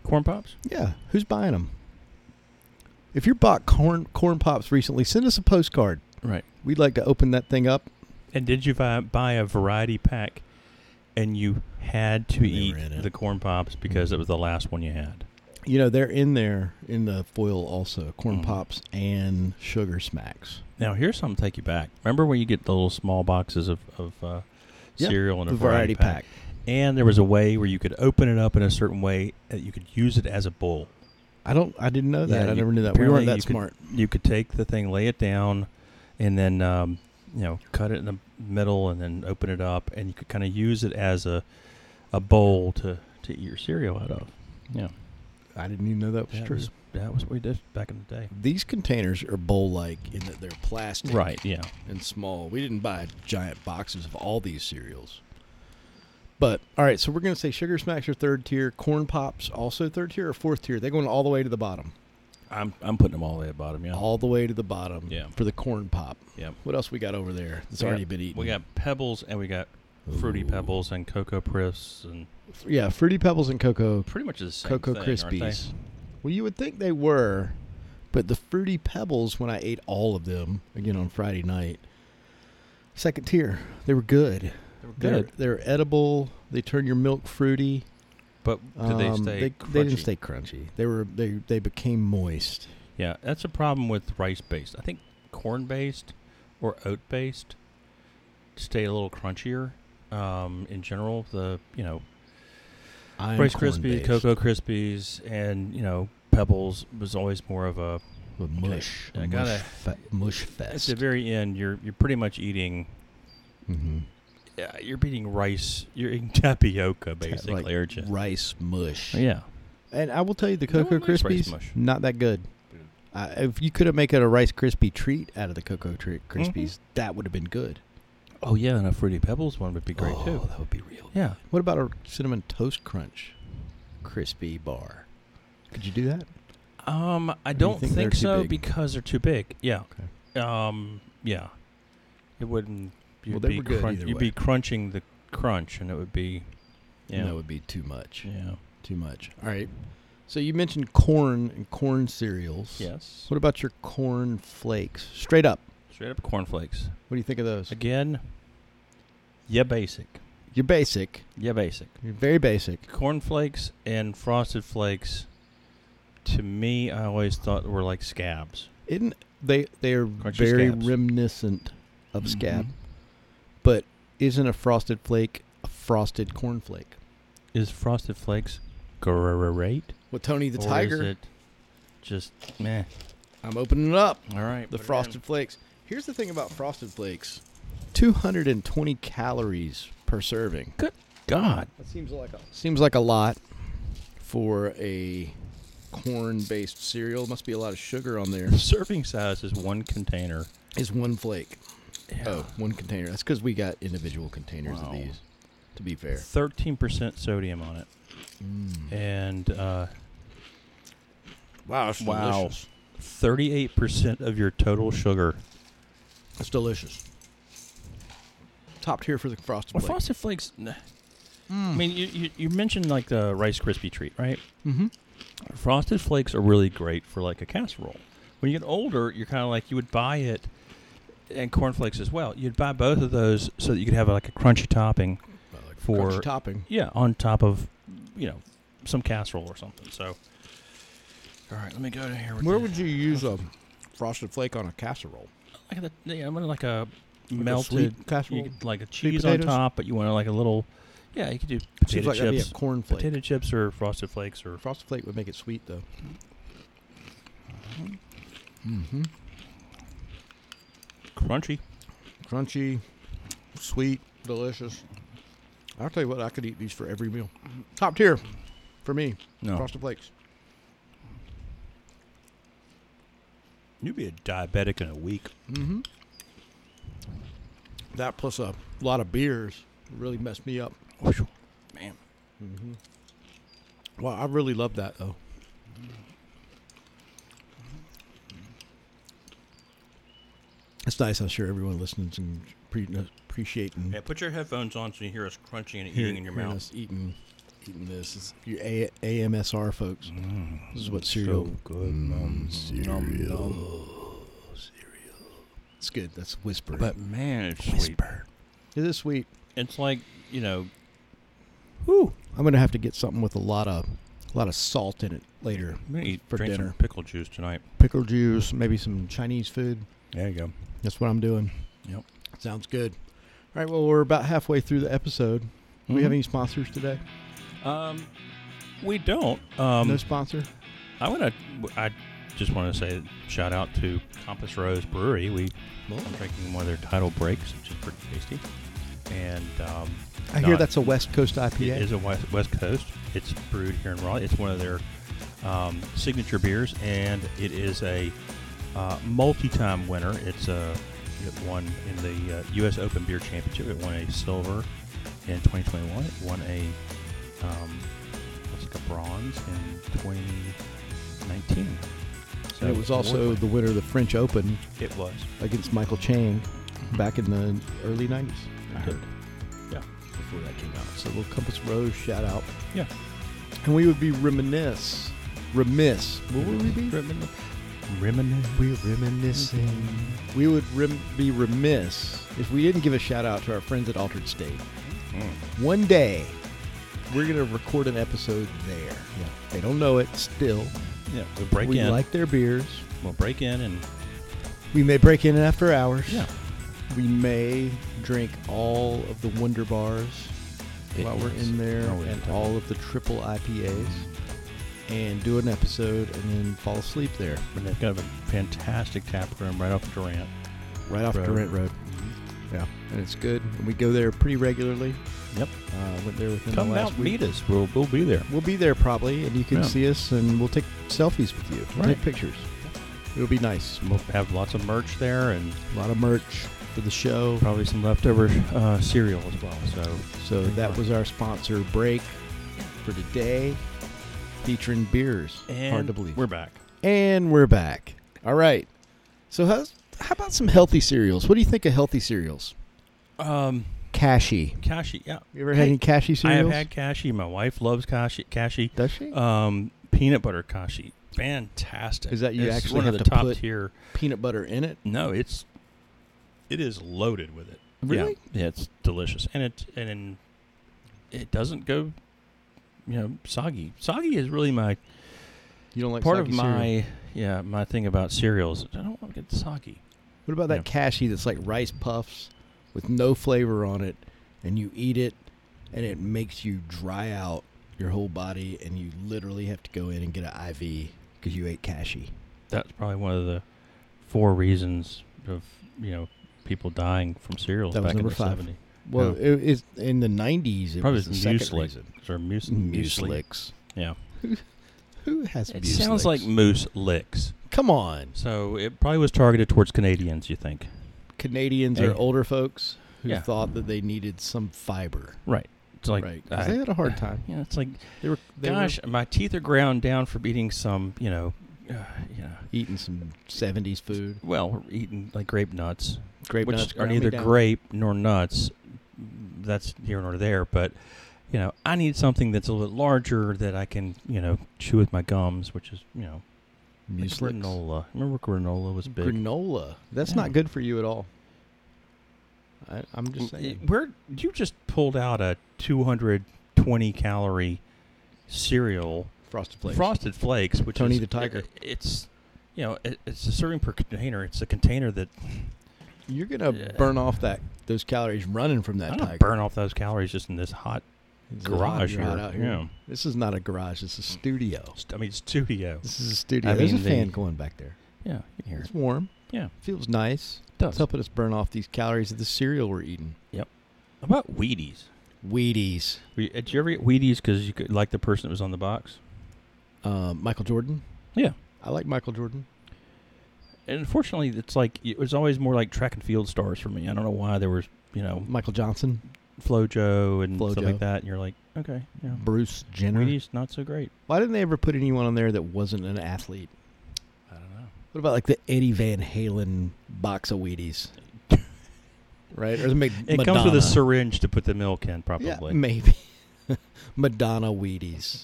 S2: corn pops.
S1: Yeah, who's buying them? If you bought corn corn pops recently, send us a postcard.
S2: Right.
S1: We'd like to open that thing up.
S2: And did you buy, buy a variety pack, and you had to
S1: They were
S2: eat
S1: in it.
S2: the corn pops because it was the last one you had?
S1: You know, they're in there in the foil also, corn
S2: Mhm.
S1: pops and sugar smacks.
S2: Now here's something to take you back. Remember when you get the little small boxes of, of uh,
S1: Yeah,
S2: cereal and
S1: The
S2: a variety, pack. And there was a way where you could open it up in a certain way that you could use it as a bowl.
S1: I don't I didn't know that.
S2: Yeah,
S1: I
S2: you-
S1: never knew that. We weren't
S2: apparently
S1: that
S2: you could-
S1: smart.
S2: You could take the thing, lay it down, and then um, you know cut it in the middle, and then open it up, and you could kind of use it as a a bowl to to eat your cereal out of. Yeah,
S1: I didn't even know that was
S2: Yeah, it
S1: true.
S2: was- That was what we did back in the day.
S1: These containers are bowl-like in that they're plastic,
S2: Right. Yeah.
S1: and small. We didn't buy giant boxes of all these cereals. But all right, so we're going to say sugar smacks are third tier, corn pops also third tier or fourth tier. They're going all the way to the bottom,
S2: I'm I'm putting them all the way at bottom. Yeah.
S1: all the way to the bottom.
S2: Yeah.
S1: For the corn pop.
S2: Yep.
S1: What else we got over there? It's
S2: We
S1: already
S2: got-
S1: been eaten.
S2: We got pebbles and we got fruity pebbles and cocoa crisps and
S1: yeah, fruity pebbles and cocoa.
S2: pretty much the same
S1: Cocoa
S2: thing, aren't they?
S1: Krispies. Well, you would think they were, but the fruity pebbles when I ate all of them again on Friday night, second tier. They were good.
S2: They were
S1: They're,
S2: good,
S1: they're edible. They turn your milk fruity.
S2: but did they
S1: Um,
S2: stay?
S1: They, they didn't
S2: crunchy?
S1: stay crunchy. They were they they became moist.
S2: Yeah, that's a problem with rice based. I think corn based or oat based stay a little crunchier. Um, in general, the you know
S1: I am
S2: Rice
S1: corn
S2: Krispies,
S1: based
S2: Cocoa Krispies, and you know Pebbles was always more of a.
S1: with mush.
S2: I
S1: a
S2: gotta-
S1: mush, fe- mush
S2: At
S1: fest.
S2: the very end, you're you're pretty much eating.
S1: Mhm.
S2: Uh, you're eating rice. You're eating (laughs) tapioca,
S1: Ta-
S2: basically.
S1: like
S2: aren't you?
S1: rice mush.
S2: Oh, Yeah.
S1: And I will tell you, the
S2: No
S1: Cocoa
S2: one likes rice
S1: Krispies
S2: mush.
S1: not that good.
S2: Dude.
S1: I if you could have made it a Rice Krispie treat out of the Cocoa tri- Krispies, that would have been good.
S2: Oh yeah, and a fruity Pebbles one would be great
S1: oh,
S2: too.
S1: that would be real.
S2: Yeah.
S1: What about a cinnamon toast crunch, crispy bar? Could you do that?
S2: Um, I
S1: do you
S2: don't
S1: think
S2: think,
S1: they're too
S2: so
S1: big?
S2: because they're too big. Yeah. Um, yeah. It wouldn't. You'd
S1: Well, they
S2: be
S1: were good
S2: crun-
S1: either
S2: You'd
S1: way.
S2: be crunching the crunch, and it would be. Yeah.
S1: that would be too much.
S2: yeah.
S1: Too much. All right. So you mentioned corn and corn cereals.
S2: Yes.
S1: What about your corn flakes? Straight up.
S2: Straight up cornflakes.
S1: What do you think of those?
S2: Again. Yeah, basic.
S1: You're basic.
S2: Yeah, basic.
S1: You're very basic.
S2: Cornflakes and frosted flakes. To me, I always thought were like scabs.
S1: Isn't they they are
S2: Crunchy
S1: very
S2: scabs.
S1: reminiscent of scab.
S2: Mhm.
S1: But isn't a frosted flake a frosted corn flake?
S2: Is frosted flakes great?
S1: Well, Tony the
S2: or
S1: Tiger,
S2: Is it just meh.
S1: I'm opening it up.
S2: All right.
S1: The
S2: put it in.
S1: frosted flakes. Here's the thing about frosted flakes. 220 calories per serving.
S2: Good God.
S1: That seems like a seems like a lot for a corn-based cereal. Must be a lot of sugar on there.
S2: The serving size is one container.
S1: Is one flake?
S2: Yeah.
S1: Oh, one container. That's because we got individual containers
S2: Wow.
S1: of these. To be fair,
S2: Thirteen percent sodium on it, and uh,
S1: wow, it's
S2: wow, thirty-eight percent of your total sugar.
S1: It's delicious. Top tier for the frosted
S2: Well,
S1: flake.
S2: Frosted Flakes. nah.
S1: Hmm.
S2: I mean, you, you you mentioned like the Rice Krispie treat, right?
S1: Mhm.
S2: Frosted Flakes are really great for like a casserole. When you get older, you're kind of like you would buy it, and cornflakes as well. You'd buy both of those so that you could have like a crunchy topping.
S1: Well, like
S2: for-
S1: crunchy topping.
S2: Yeah, on top of, you know, some casserole or something. So, all right, let me go to here. With
S1: Where
S2: the-
S1: would you use a frosted flake on a casserole?
S2: like a, yeah, I'm gonna like a
S1: Like a
S2: melted
S1: sweet casserole?
S2: You could, like a cheese on
S1: potatoes?
S2: top, but you want like a little. Yeah, you could do
S1: Seems
S2: potato
S1: like that'd be a
S2: chips,
S1: corn flake.
S2: potato chips or frosted flakes or.
S1: Frosted flake would make it sweet though.
S2: crunchy.
S1: Crunchy, sweet, delicious. I'll tell you what, I could eat these for every meal. Top tier for me.
S2: No,
S1: Frosted flakes.
S2: you'd be a diabetic in a week.
S1: That plus a lot of beers really messed me up.
S2: Man,
S1: Wow, I really love that though. It's nice. I'm sure everyone listening can pre- uh, appreciate and
S2: yeah. Put your headphones on so you hear us crunching and
S1: hear-
S2: eating in your
S1: hearing
S2: mouth.
S1: us eating, eating this. It's your A- AMSR folks. this is what cereal.
S2: Mm, So good, nom, nom, nom.
S1: It's good. That's whisper.
S3: But man, it's sweet.
S1: whisper. It is sweet.
S2: It's like you know,
S1: Whew. I'm gonna have to get something with a lot of, a lot of salt in it later
S2: I'm gonna eat
S1: for
S2: drink
S1: dinner.
S2: some pickle juice tonight.
S1: Pickle juice, maybe some Chinese food.
S2: There you go.
S1: That's what I'm doing.
S2: Yep.
S1: Sounds good. All right. Well, we're about halfway through the episode. Do we have any sponsors today?
S2: Um, we don't. Um,
S1: no sponsor.
S2: I want to. I just want to say shout out to Compass Rose Brewery. We I'm drinking one of their title breaks, which is pretty tasty. And um,
S1: I hear
S2: not-
S1: that's a West Coast
S2: it
S1: IPA.
S2: is a West, West Coast. It's brewed here in Raleigh. It's one of their um, signature beers, and it is a uh, multi-time winner. It's uh, it won in the uh, U.S. Open Beer Championship. It won a silver in 2021. It won a um, what's it, a bronze in 2019.
S1: And it was
S2: it's an
S1: also
S2: award
S1: the winner of the French Open
S2: winner. it was.
S1: against Michael Chang back in the early 90s. I heard.
S2: Yeah.
S1: Before that came out. So, little Compass Rose shout out.
S2: Yeah.
S1: And we would be reminisce. Remiss. What would we be?
S2: Remin- Reminisce.
S1: We're reminiscing. We would rem- be remiss if we didn't give a shout out to our friends at Altered State. One day, we're going to record an episode there.
S2: Yeah.
S1: They don't know it still.
S2: Yeah, we'll break
S1: we
S2: in.
S1: like their beers.
S2: we'll break in and
S1: We may break in after hours.
S2: yeah.
S1: We may drink all of the Wonder Bars
S2: It
S1: while we're
S2: is-
S1: in there
S2: oh, yeah,
S1: and
S2: definitely.
S1: all of the triple IPAs and do an episode and then fall asleep there
S2: But they've got a fantastic tap room right off Durant.
S1: right off
S2: Road.
S1: Durant Road.
S2: Mm-hmm.
S1: Yeah. And it's good. And we go there pretty regularly.
S2: Yep.
S1: Uh, went there within
S2: Come
S1: the last
S2: out,
S1: week.
S2: meet us. We'll we'll be there.
S1: We'll be there probably and you can
S2: Yeah.
S1: see us and we'll take selfies with you. We'll
S2: Right.
S1: Take pictures. It'll be nice.
S2: We'll have lots of merch there and
S1: A lot of merch for the show.
S2: probably some leftover uh, cereal as well. So
S1: So that was our sponsor break for today, featuring beers. Hard to believe.
S2: we're back.
S1: and we're back. All right. So how's, how about some healthy cereals? What do you think of healthy cereals?
S2: Um,
S1: Cashy.
S2: Kashi, yeah,
S1: You ever had any Cashy cereals?
S2: I have had Kashi. My wife loves Kashi. Kashi,
S1: Does she?
S2: um, peanut butter Kashi, fantastic.
S1: Is that you
S2: It's
S1: actually
S2: one
S1: have
S2: of the
S1: to
S2: top
S1: put-
S2: tier?
S1: Peanut butter in it?
S2: No, it's it is loaded with it.
S1: Really?
S2: Yeah, yeah it's delicious, and it and it doesn't go, you know, soggy. Soggy is really my
S1: You don't like
S2: part of
S1: soggy cereal?
S2: my yeah my thing about cereals. I don't want to get soggy.
S1: What about that Cashy that's like rice puffs with no flavor on it, and you eat it, and it makes you dry out your whole body, and you literally have to go in and get an IV because you ate Cashy.
S2: That's probably one of the four reasons of you know people dying from cereals
S1: That was
S2: back in
S1: number
S2: the
S1: five.
S2: seventies.
S1: Well, it, it's in the '90s. It
S2: Probably
S1: was the second
S2: muesli.
S1: reason.
S2: Or mues- muesli.
S1: Muslix.
S2: Yeah,
S1: Who has
S2: it
S1: muesli?
S2: sounds like moose licks.
S1: Come on,
S2: So it probably was targeted towards Canadians. You think?
S1: Canadians
S2: Hey.
S1: or older folks who
S2: Yeah.
S1: thought that they needed some fiber.
S2: Right. It's like
S1: right? 'Cause
S2: I,
S1: they had a hard time.
S2: yeah, it's like
S1: They were they
S2: gosh,
S1: were
S2: my teeth are ground down for eating some you know, uh, you know,
S1: eating some '70s food.
S2: well eating like grape nuts.
S1: Grape
S2: which
S1: nuts
S2: are
S1: ground me
S2: neither
S1: down.
S2: grape nor nuts. That's here nor there, but you know, I need something that's a little larger that I can, you know, chew with my gums, which is, you know, like
S1: Mueslix.
S2: granola. Remember granola was big.
S1: Granola. That's
S2: Yeah.
S1: not good for you at all. Mm, I, I'm just
S2: Y-
S1: saying.
S2: mm, Where you just pulled out a 220 calorie cereal,
S1: Frosted Flakes.
S2: Frosted Flakes, which
S1: Tony
S2: is,
S1: the Tiger.
S2: i- it's you know, it, it's a serving per container. It's a container that
S1: You're gonna
S2: Yeah.
S1: burn off that those calories running from
S2: I
S1: that
S2: don't
S1: tiger.
S2: burn off those calories just in this hot
S1: It's hot-
S2: garage
S1: you're hot
S2: here.
S1: out here.
S2: Yeah.
S1: This is not a garage. This is a studio.
S2: st- I mean studio.
S1: This is a studio.
S2: I
S1: There's
S2: mean,
S1: a fan
S2: the-
S1: going back there.
S2: Yeah, you can hear it.
S1: It's warm.
S2: Yeah.
S1: Feels nice. It's
S2: Does.
S1: helping us burn off these calories of the cereal we're eating.
S2: How about Wheaties?
S1: Wheaties.
S2: We- Did you ever get Wheaties because you could like the person that was on the box?
S1: Um, Michael Jordan.
S2: Yeah.
S1: I like Michael Jordan.
S2: And unfortunately, it's like it was always more like track and field stars for me. I don't know why there was you know
S1: Michael Johnson.
S2: FloJo Mm-hmm. and stuff
S1: Flojo.
S2: like that, and you're like, okay, yeah,
S1: Bruce Jenner.
S2: Wheaties not so great.
S1: Why didn't they ever put anyone on there that wasn't an athlete?
S2: I don't know.
S1: What about like the Eddie Van Halen box of Wheaties? (laughs) right? Or the Mc-
S2: It
S1: Madonna.
S2: comes with a syringe to put the milk in, probably.
S1: Yeah, maybe. (laughs) Madonna Wheaties.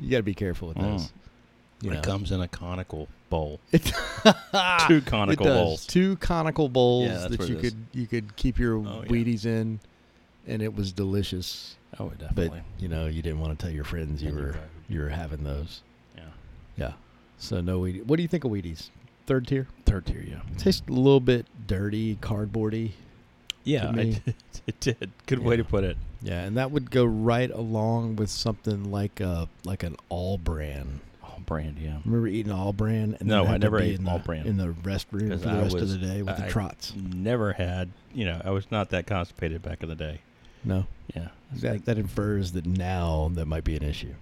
S1: You got to be careful with
S2: Mm.
S1: those. You know. (laughs)
S2: It comes in a conical bowl,
S1: It,
S2: two
S1: it
S2: conical
S1: does.
S2: bowls.
S1: Two conical bowls
S2: Yeah, that's
S1: that
S2: what
S1: you
S2: it is.
S1: could you could keep your
S2: Oh, yeah.
S1: Wheaties in, and it was delicious.
S2: Oh,
S1: But
S2: definitely.
S1: you know you didn't want to tell your friends you
S2: And you
S1: were
S2: got-
S1: you were having those.
S2: yeah,
S1: Yeah. So no Wheaties. What do you think of Wheaties? Third tier.
S2: third tier, yeah.
S1: It tastes a little bit dirty, cardboardy.
S2: Yeah,
S1: me.
S2: it, (laughs) it did. Good way
S1: Yeah.
S2: to put it.
S1: Yeah, and that would go right along with something like a like an all brand.
S2: Oh, brand, yeah.
S1: Remember eating all brand? And
S2: No,
S1: then
S2: I
S1: had to
S2: never
S1: be
S2: ate
S1: in
S2: All
S1: the,
S2: Bran.
S1: in the restroom
S2: 'Cause
S1: for the
S2: I
S1: rest of
S2: was-
S1: the day with
S2: I-
S1: the trots.
S2: never had, you know, I was not that constipated back in the day.
S1: No,
S2: Yeah.
S1: that, that infers that now that might be an issue.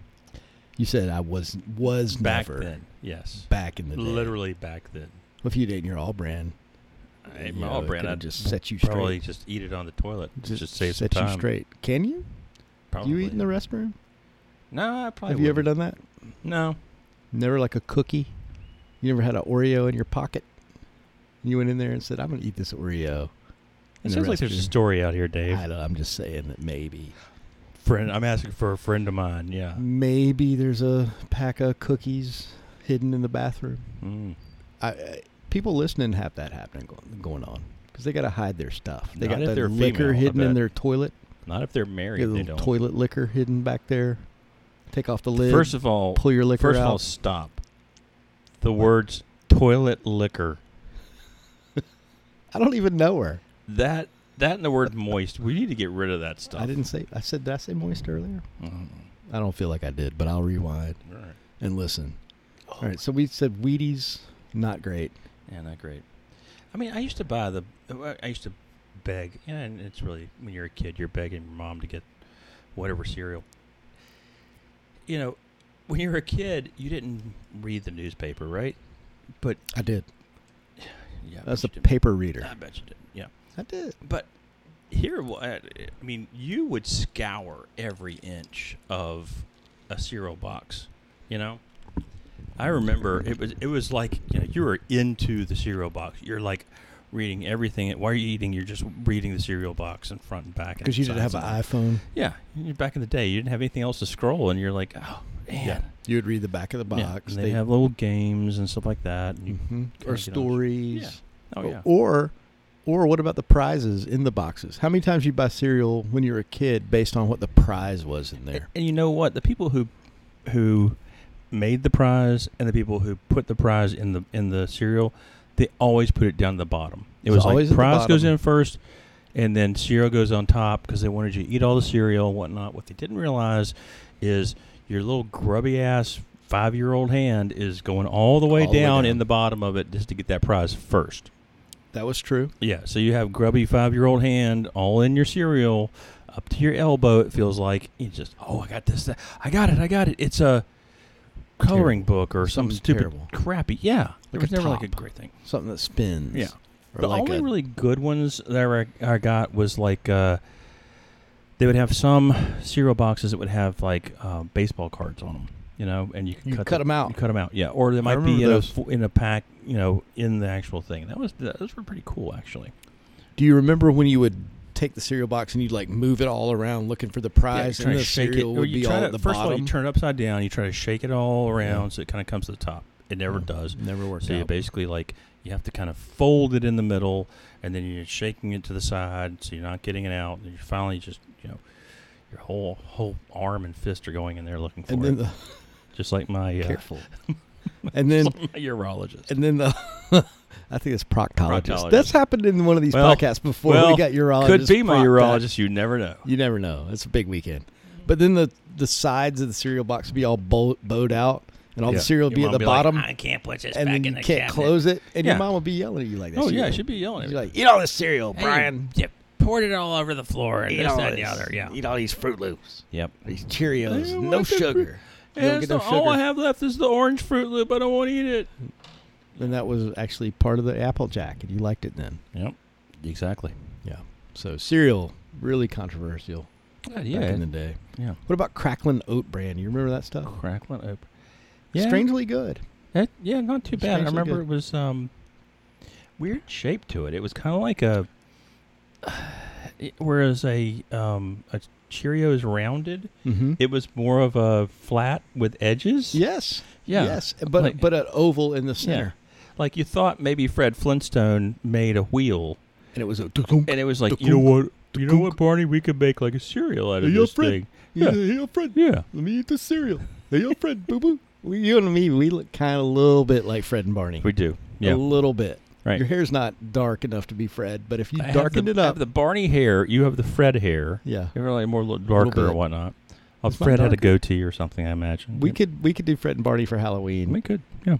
S1: You said I was was
S2: Back
S1: never
S2: then, yes,
S1: back in the day.
S2: literally back then. oh,
S1: Well, if you didn't, you're all brand.
S3: I ate
S1: you
S3: my all
S1: it
S3: brand.
S1: could've
S3: I'd
S1: just set you
S2: Probably
S1: straight.
S2: just eat it on the toilet. Just, save some
S1: set
S2: time.
S1: you straight. Can you?
S2: Probably.
S1: You eat in the restroom?
S3: No, I probably.
S1: Have you ever
S3: wouldn't.
S1: done that?
S3: No.
S1: Never like a cookie. You never had an Oreo in your pocket. You went in there and said, "I'm gonna eat this Oreo." in
S2: It
S1: the
S2: sounds like there's a
S1: restroom.
S2: story out here, Dave.
S1: I don't, I'm just saying that maybe,
S2: Friend, I'm asking for a friend of mine. Yeah.
S1: maybe there's a pack of cookies hidden in the bathroom.
S2: Mm.
S1: I, I, people listening have that happening go- going on because they got to hide their stuff. They
S2: Not
S1: got
S2: if
S1: their
S2: they're
S1: liquor
S2: female, I
S1: hidden in
S2: bet.
S1: their toilet.
S2: Not if they're
S1: They
S2: married.
S1: got a
S2: They
S1: little
S2: don't.
S1: toilet liquor hidden back there. Take off the lid.
S2: First of all,
S1: pull your liquor
S2: first
S1: out.
S2: of all, stop. The words toilet liquor.
S1: I don't even know her.
S2: That that and the word moist. We need to get rid of that stuff.
S1: I didn't say. I said. Did I say moist earlier?
S2: Mm.
S1: I don't feel like I did, but I'll rewind
S2: All right.
S1: and listen. All right. So we said Wheaties, not great.
S2: Yeah, not great. I mean, I used to buy the. uh, I used to beg, and it's really when you're a kid, you're begging your mom to get whatever cereal. You know, when you're a kid, you didn't read the newspaper, right? But
S1: I did.
S2: yeah,
S1: That's a
S2: but you didn't.
S1: paper reader.
S2: I bet you didn't. Yeah,
S1: I did.
S2: but here, wha- I I mean, you would scour every inch of a cereal box. You know, I remember it was it was like you know you were into the cereal box. You're like reading everything. While you're eating, you're just reading the cereal box in front and back. and
S1: Because you didn't have
S2: sides
S1: an
S2: and-
S1: iPhone.
S2: Yeah, you- back in the day, you didn't have anything else to scroll, and you're like, oh man.
S1: You would read the back of the
S2: Yeah,
S1: box.
S2: and they have little games and stuff like that. and you-
S1: Mhm.
S2: kinda
S1: or
S2: get on-
S1: stories.
S2: Yeah. Oh yeah.
S1: Or or what about the prizes in the boxes? How many times you buy cereal when you were a kid based on what the prize was in
S2: A-
S1: there?
S2: And you know what? The people who who made the prize and the people who put the prize in the in the cereal, they always put it down the bottom. It
S1: It's
S2: was
S1: always
S2: always
S1: at the
S2: like prize goes
S1: bottom.
S2: in first, and then cereal goes on top because they wanted you to eat all the cereal and whatnot. What they didn't realize is your little grubby ass five year old hand is going all the way
S1: All the way
S2: down
S1: down.
S2: in the bottom of it just to get that prize first.
S1: That was true.
S2: Yeah, so you have grubby five year old hand all in your cereal, up to your elbow. It feels like you just oh, I got this, that. I got it, I got it. It's a coloring book or some
S1: Something
S2: stupid
S1: terrible.
S2: crappy. Yeah,
S1: Like
S2: it was
S1: a
S2: never like a
S1: top.
S2: great thing.
S1: Something that spins.
S2: Yeah.
S1: Or
S2: the
S1: like
S2: only
S1: a-
S2: really good ones that I, I got was like uh, they would have some cereal boxes that would have like uh, baseball cards on them, you know, and you could
S1: You
S2: cut,
S1: cut
S2: the-
S1: 'em out.
S2: You cut them out, yeah. Or they might be
S1: remember
S2: in a,
S1: those.
S2: fo- in a pack, you know, in the actual thing. That was those were pretty cool actually.
S1: Do you remember when you would take the cereal box and you'd like move it all around looking for the prize and
S2: Yeah, you try to
S1: the
S2: shake it-
S1: cereal
S2: or
S1: would
S2: you
S1: be
S2: try
S1: all
S2: to-
S1: at the
S2: first
S1: bottom?
S2: of all, you turn it upside down. You try to shake it all around so it kind of comes to the top. It never
S1: Yeah.
S2: does.
S1: Never worked
S2: So you
S1: out.
S2: basically like you have to kind of fold it in the middle, and then you're shaking it to the side, so you're not getting it out. And you finally just you know your whole whole arm and fist are going in there looking
S1: (laughs)
S2: for
S1: and
S2: it,
S1: then the
S2: just like my uh, (laughs)
S1: careful. and then
S2: my urologist.
S1: and then the (laughs) I think it's proctologist.
S2: Proctologist.
S1: That's happened in one of these
S2: Well,
S1: podcasts before. we
S2: well,
S1: got urologist.
S2: Could be my
S1: proctologist.
S2: urologist. You never know.
S1: You never know. It's a big weekend. But then the the sides of the cereal box would be all bow, bowed out, and all
S2: Yeah.
S1: the cereal would be
S2: Your
S1: at
S2: mom
S1: the
S2: be like,
S1: bottom,
S4: I can't put this
S1: and
S4: "Ah, back
S1: then you
S4: in the
S1: can't
S4: cabinet.
S1: close it, and
S2: Yeah.
S1: your mom would be yelling at you like that.
S2: Oh yeah, I should be yelling. At
S1: You're
S2: me.
S1: like,
S4: Eat all this cereal,
S3: Hey,
S4: Brian.
S3: Yep. Poured it all over the floor and
S4: Eat
S3: this,
S4: all
S3: that, and
S4: this.
S3: the other. Yeah.
S4: Eat all these Fruit Loops.
S2: yep.
S1: these Cheerios,
S2: Hey,
S1: no
S2: what the fr-
S1: sugar. You don't get no
S2: all I
S1: sugar.
S2: have left is the orange Fruit Loop. I don't want to eat it.
S1: And that was actually part of the Apple Jack, and you liked it then.
S2: Yep. Exactly.
S1: Yeah. So cereal really controversial
S2: yeah.
S1: back in the day.
S2: yeah.
S1: What about Cracklin Oat Bran? You remember that stuff?
S2: Cracklin open. Yeah.
S1: Strangely good.
S2: that- yeah, not too
S1: It's
S2: bad. I
S1: strangely
S2: remember
S1: good.
S2: it was um weird shape to it. It was kind of like a (sighs) it- whereas a um a Cheerio is rounded,
S1: Mm-hmm.
S2: it was more of a flat with edges.
S1: Yes.
S2: Yeah.
S1: Yes. But
S2: Like-
S1: but an oval in the
S2: Yeah.
S1: center.
S2: Like you thought maybe Fred Flintstone made a wheel
S1: And it was a
S2: and it was like,
S1: The
S2: you know
S1: cook-
S2: what? You know what, Barney? We could make like a cereal out of
S1: Yeah,
S2: this
S1: Fred.
S2: thing.
S1: Yeah.
S2: Yeah.
S1: Hey, yo, Fred.
S2: Yeah.
S1: Let me eat the cereal. Hey, yo, (laughs) Fred. Boo boo. We, you and me, we look kind of a little bit like Fred and Barney.
S2: We do.
S1: A
S2: Yeah.
S1: little bit.
S2: Right.
S1: Your hair's not dark enough to be Fred, but if you
S2: I have
S1: darkened
S2: the-
S1: it
S2: I
S1: up,
S2: have the Barney hair. You have the Fred hair.
S1: yeah,
S2: You're like more little darker
S1: bit.
S2: or whatnot. Oh,
S1: It's not
S2: Fred had a
S1: darker.
S2: goatee or something, I imagine.
S1: we
S2: Yep.
S1: could we could do Fred and Barney for Halloween.
S2: We could. Yeah.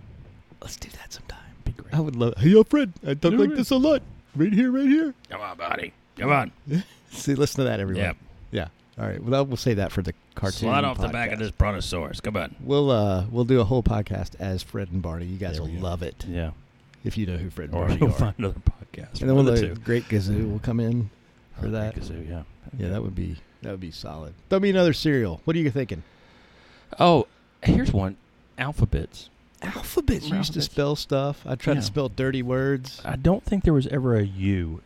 S1: Let's do that sometime.
S2: Be great.
S1: I would love. Hey, yo, Fred. I talk
S2: Yeah,
S1: like
S2: right.
S1: this a lot. Right here, right here.
S4: Come on, buddy. Come on.
S1: See, listen to that, everyone.
S4: Yep.
S1: Yeah. All right. Well, that- we'll say that for the cartoon.
S5: Slide off the back of
S1: podcast.
S5: this brontosaurus. Come on.
S1: We'll uh we'll do a whole podcast as Fred and Barney. You guys
S5: There
S1: will
S5: we go.
S1: love it
S2: (laughs) Yeah.
S1: if you know who Fred and
S2: Or (laughs)
S1: Barney
S2: go
S1: are.
S2: find another podcast.
S1: and then
S2: One
S1: we'll
S2: of
S1: the Great Gazoo will come in for
S2: Oh,
S1: that.
S2: Kazoo, yeah.
S1: Yeah, that would be that would be solid. That'll be another cereal. What are you thinking?
S2: Oh, here's one. Alphabets.
S1: Alphabets used to
S2: Alphabets.
S1: spell stuff. I tried
S2: Yeah.
S1: to spell dirty words.
S2: I don't think there was ever a U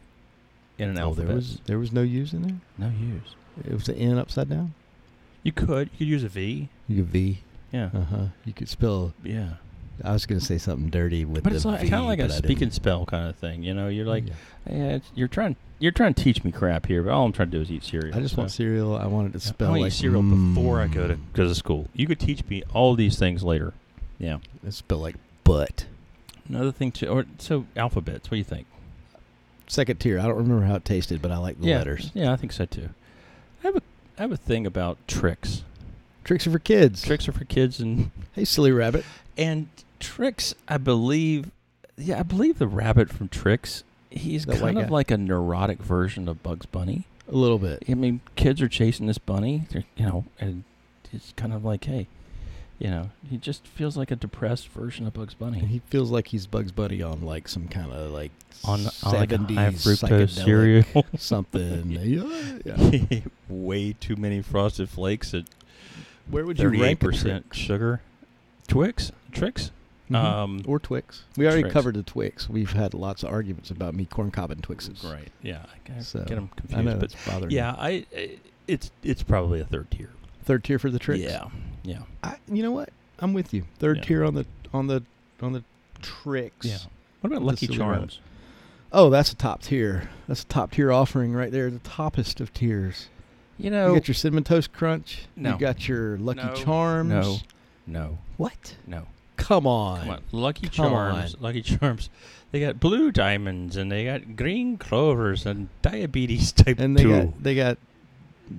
S2: in an
S1: Oh,
S2: alphabet.
S1: there was there was no U's in there.
S2: no U's.
S1: It was the N upside down.
S2: You could. You could use a V.
S1: You could V.
S2: Yeah.
S1: Uh huh. You could spell.
S2: yeah.
S1: I was gonna say something dirty with
S2: But
S1: the
S2: it's like,
S1: V,
S2: kind of like a
S1: but I
S2: speak and
S1: didn't.
S2: spell kind of thing. You know, you're like,
S1: Yeah.
S2: yeah, it's, you're trying you're trying to teach me crap here, but all I'm trying to do is eat cereal.
S1: I just
S2: so.
S1: want cereal. I wanted to
S2: I
S1: spell
S2: want to
S1: like
S2: eat cereal before I go to
S1: mm,
S2: go to school. You could teach me all these things later. Yeah.
S1: I spell like butt.
S2: Another thing too, or so alphabets. What do you think?
S1: Second tier. I don't remember how it tasted, but I like the
S2: yeah.
S1: letters.
S2: Yeah, I think so too. I have a I have a thing about tricks.
S1: Tricks are for kids.
S2: Tricks are for kids and
S1: Hey, silly rabbit.
S2: and tricks. I believe. Yeah, I believe the rabbit from Tricks. He's
S1: That white
S2: kind of
S1: guy.
S2: like a neurotic version of Bugs Bunny.
S1: A little bit.
S2: I mean, kids are chasing this bunny, they're- you know, and it's kind of like, hey, you know, he just feels like a depressed version of Bugs Bunny.
S1: And he feels like he's Bugs Bunny on like some kind of like
S2: on on like a
S1: 70s
S2: high fructose
S1: psychedelic (laughs)
S2: cereal. (laughs)
S1: something. yeah. yeah.
S2: Way too many frosted flakes at
S1: Where would you
S2: thirty-eight
S1: rank a
S2: percent sugar. Twix, tricks.
S1: Twix? Mhm.
S2: Um,
S1: or Twix? We already
S2: Twix.
S1: covered the Twix. We've had lots of arguments about me corn cob and Twixes.
S2: right? Yeah, I get,
S1: So,
S2: get 'em
S1: I know
S2: confused,
S1: it's
S2: but
S1: bothering.
S2: yeah, I I- it's it's probably a third tier.
S1: me. Third tier for the tricks.
S2: Yeah, yeah,
S1: I, you know what? I'm with you. Third
S2: Yeah.
S1: tier on the on the on the tricks.
S2: yeah. What about
S1: The
S2: Lucky
S1: Silly Rabbit.
S2: Charms?
S1: Oh, that's a top tier. That's a top tier offering right there. The toppest of tiers.
S2: You
S1: You
S2: know,
S1: got your cinnamon toast crunch.
S2: No.
S1: You got your Lucky
S2: No.
S1: Charms.
S2: no, no,
S1: What?
S2: no.
S1: Come on.
S2: Come on. Lucky
S1: Come
S2: Charms. Lucky Charms. They got blue diamonds and they got green clovers and diabetes type
S1: And they
S2: two.
S1: got they got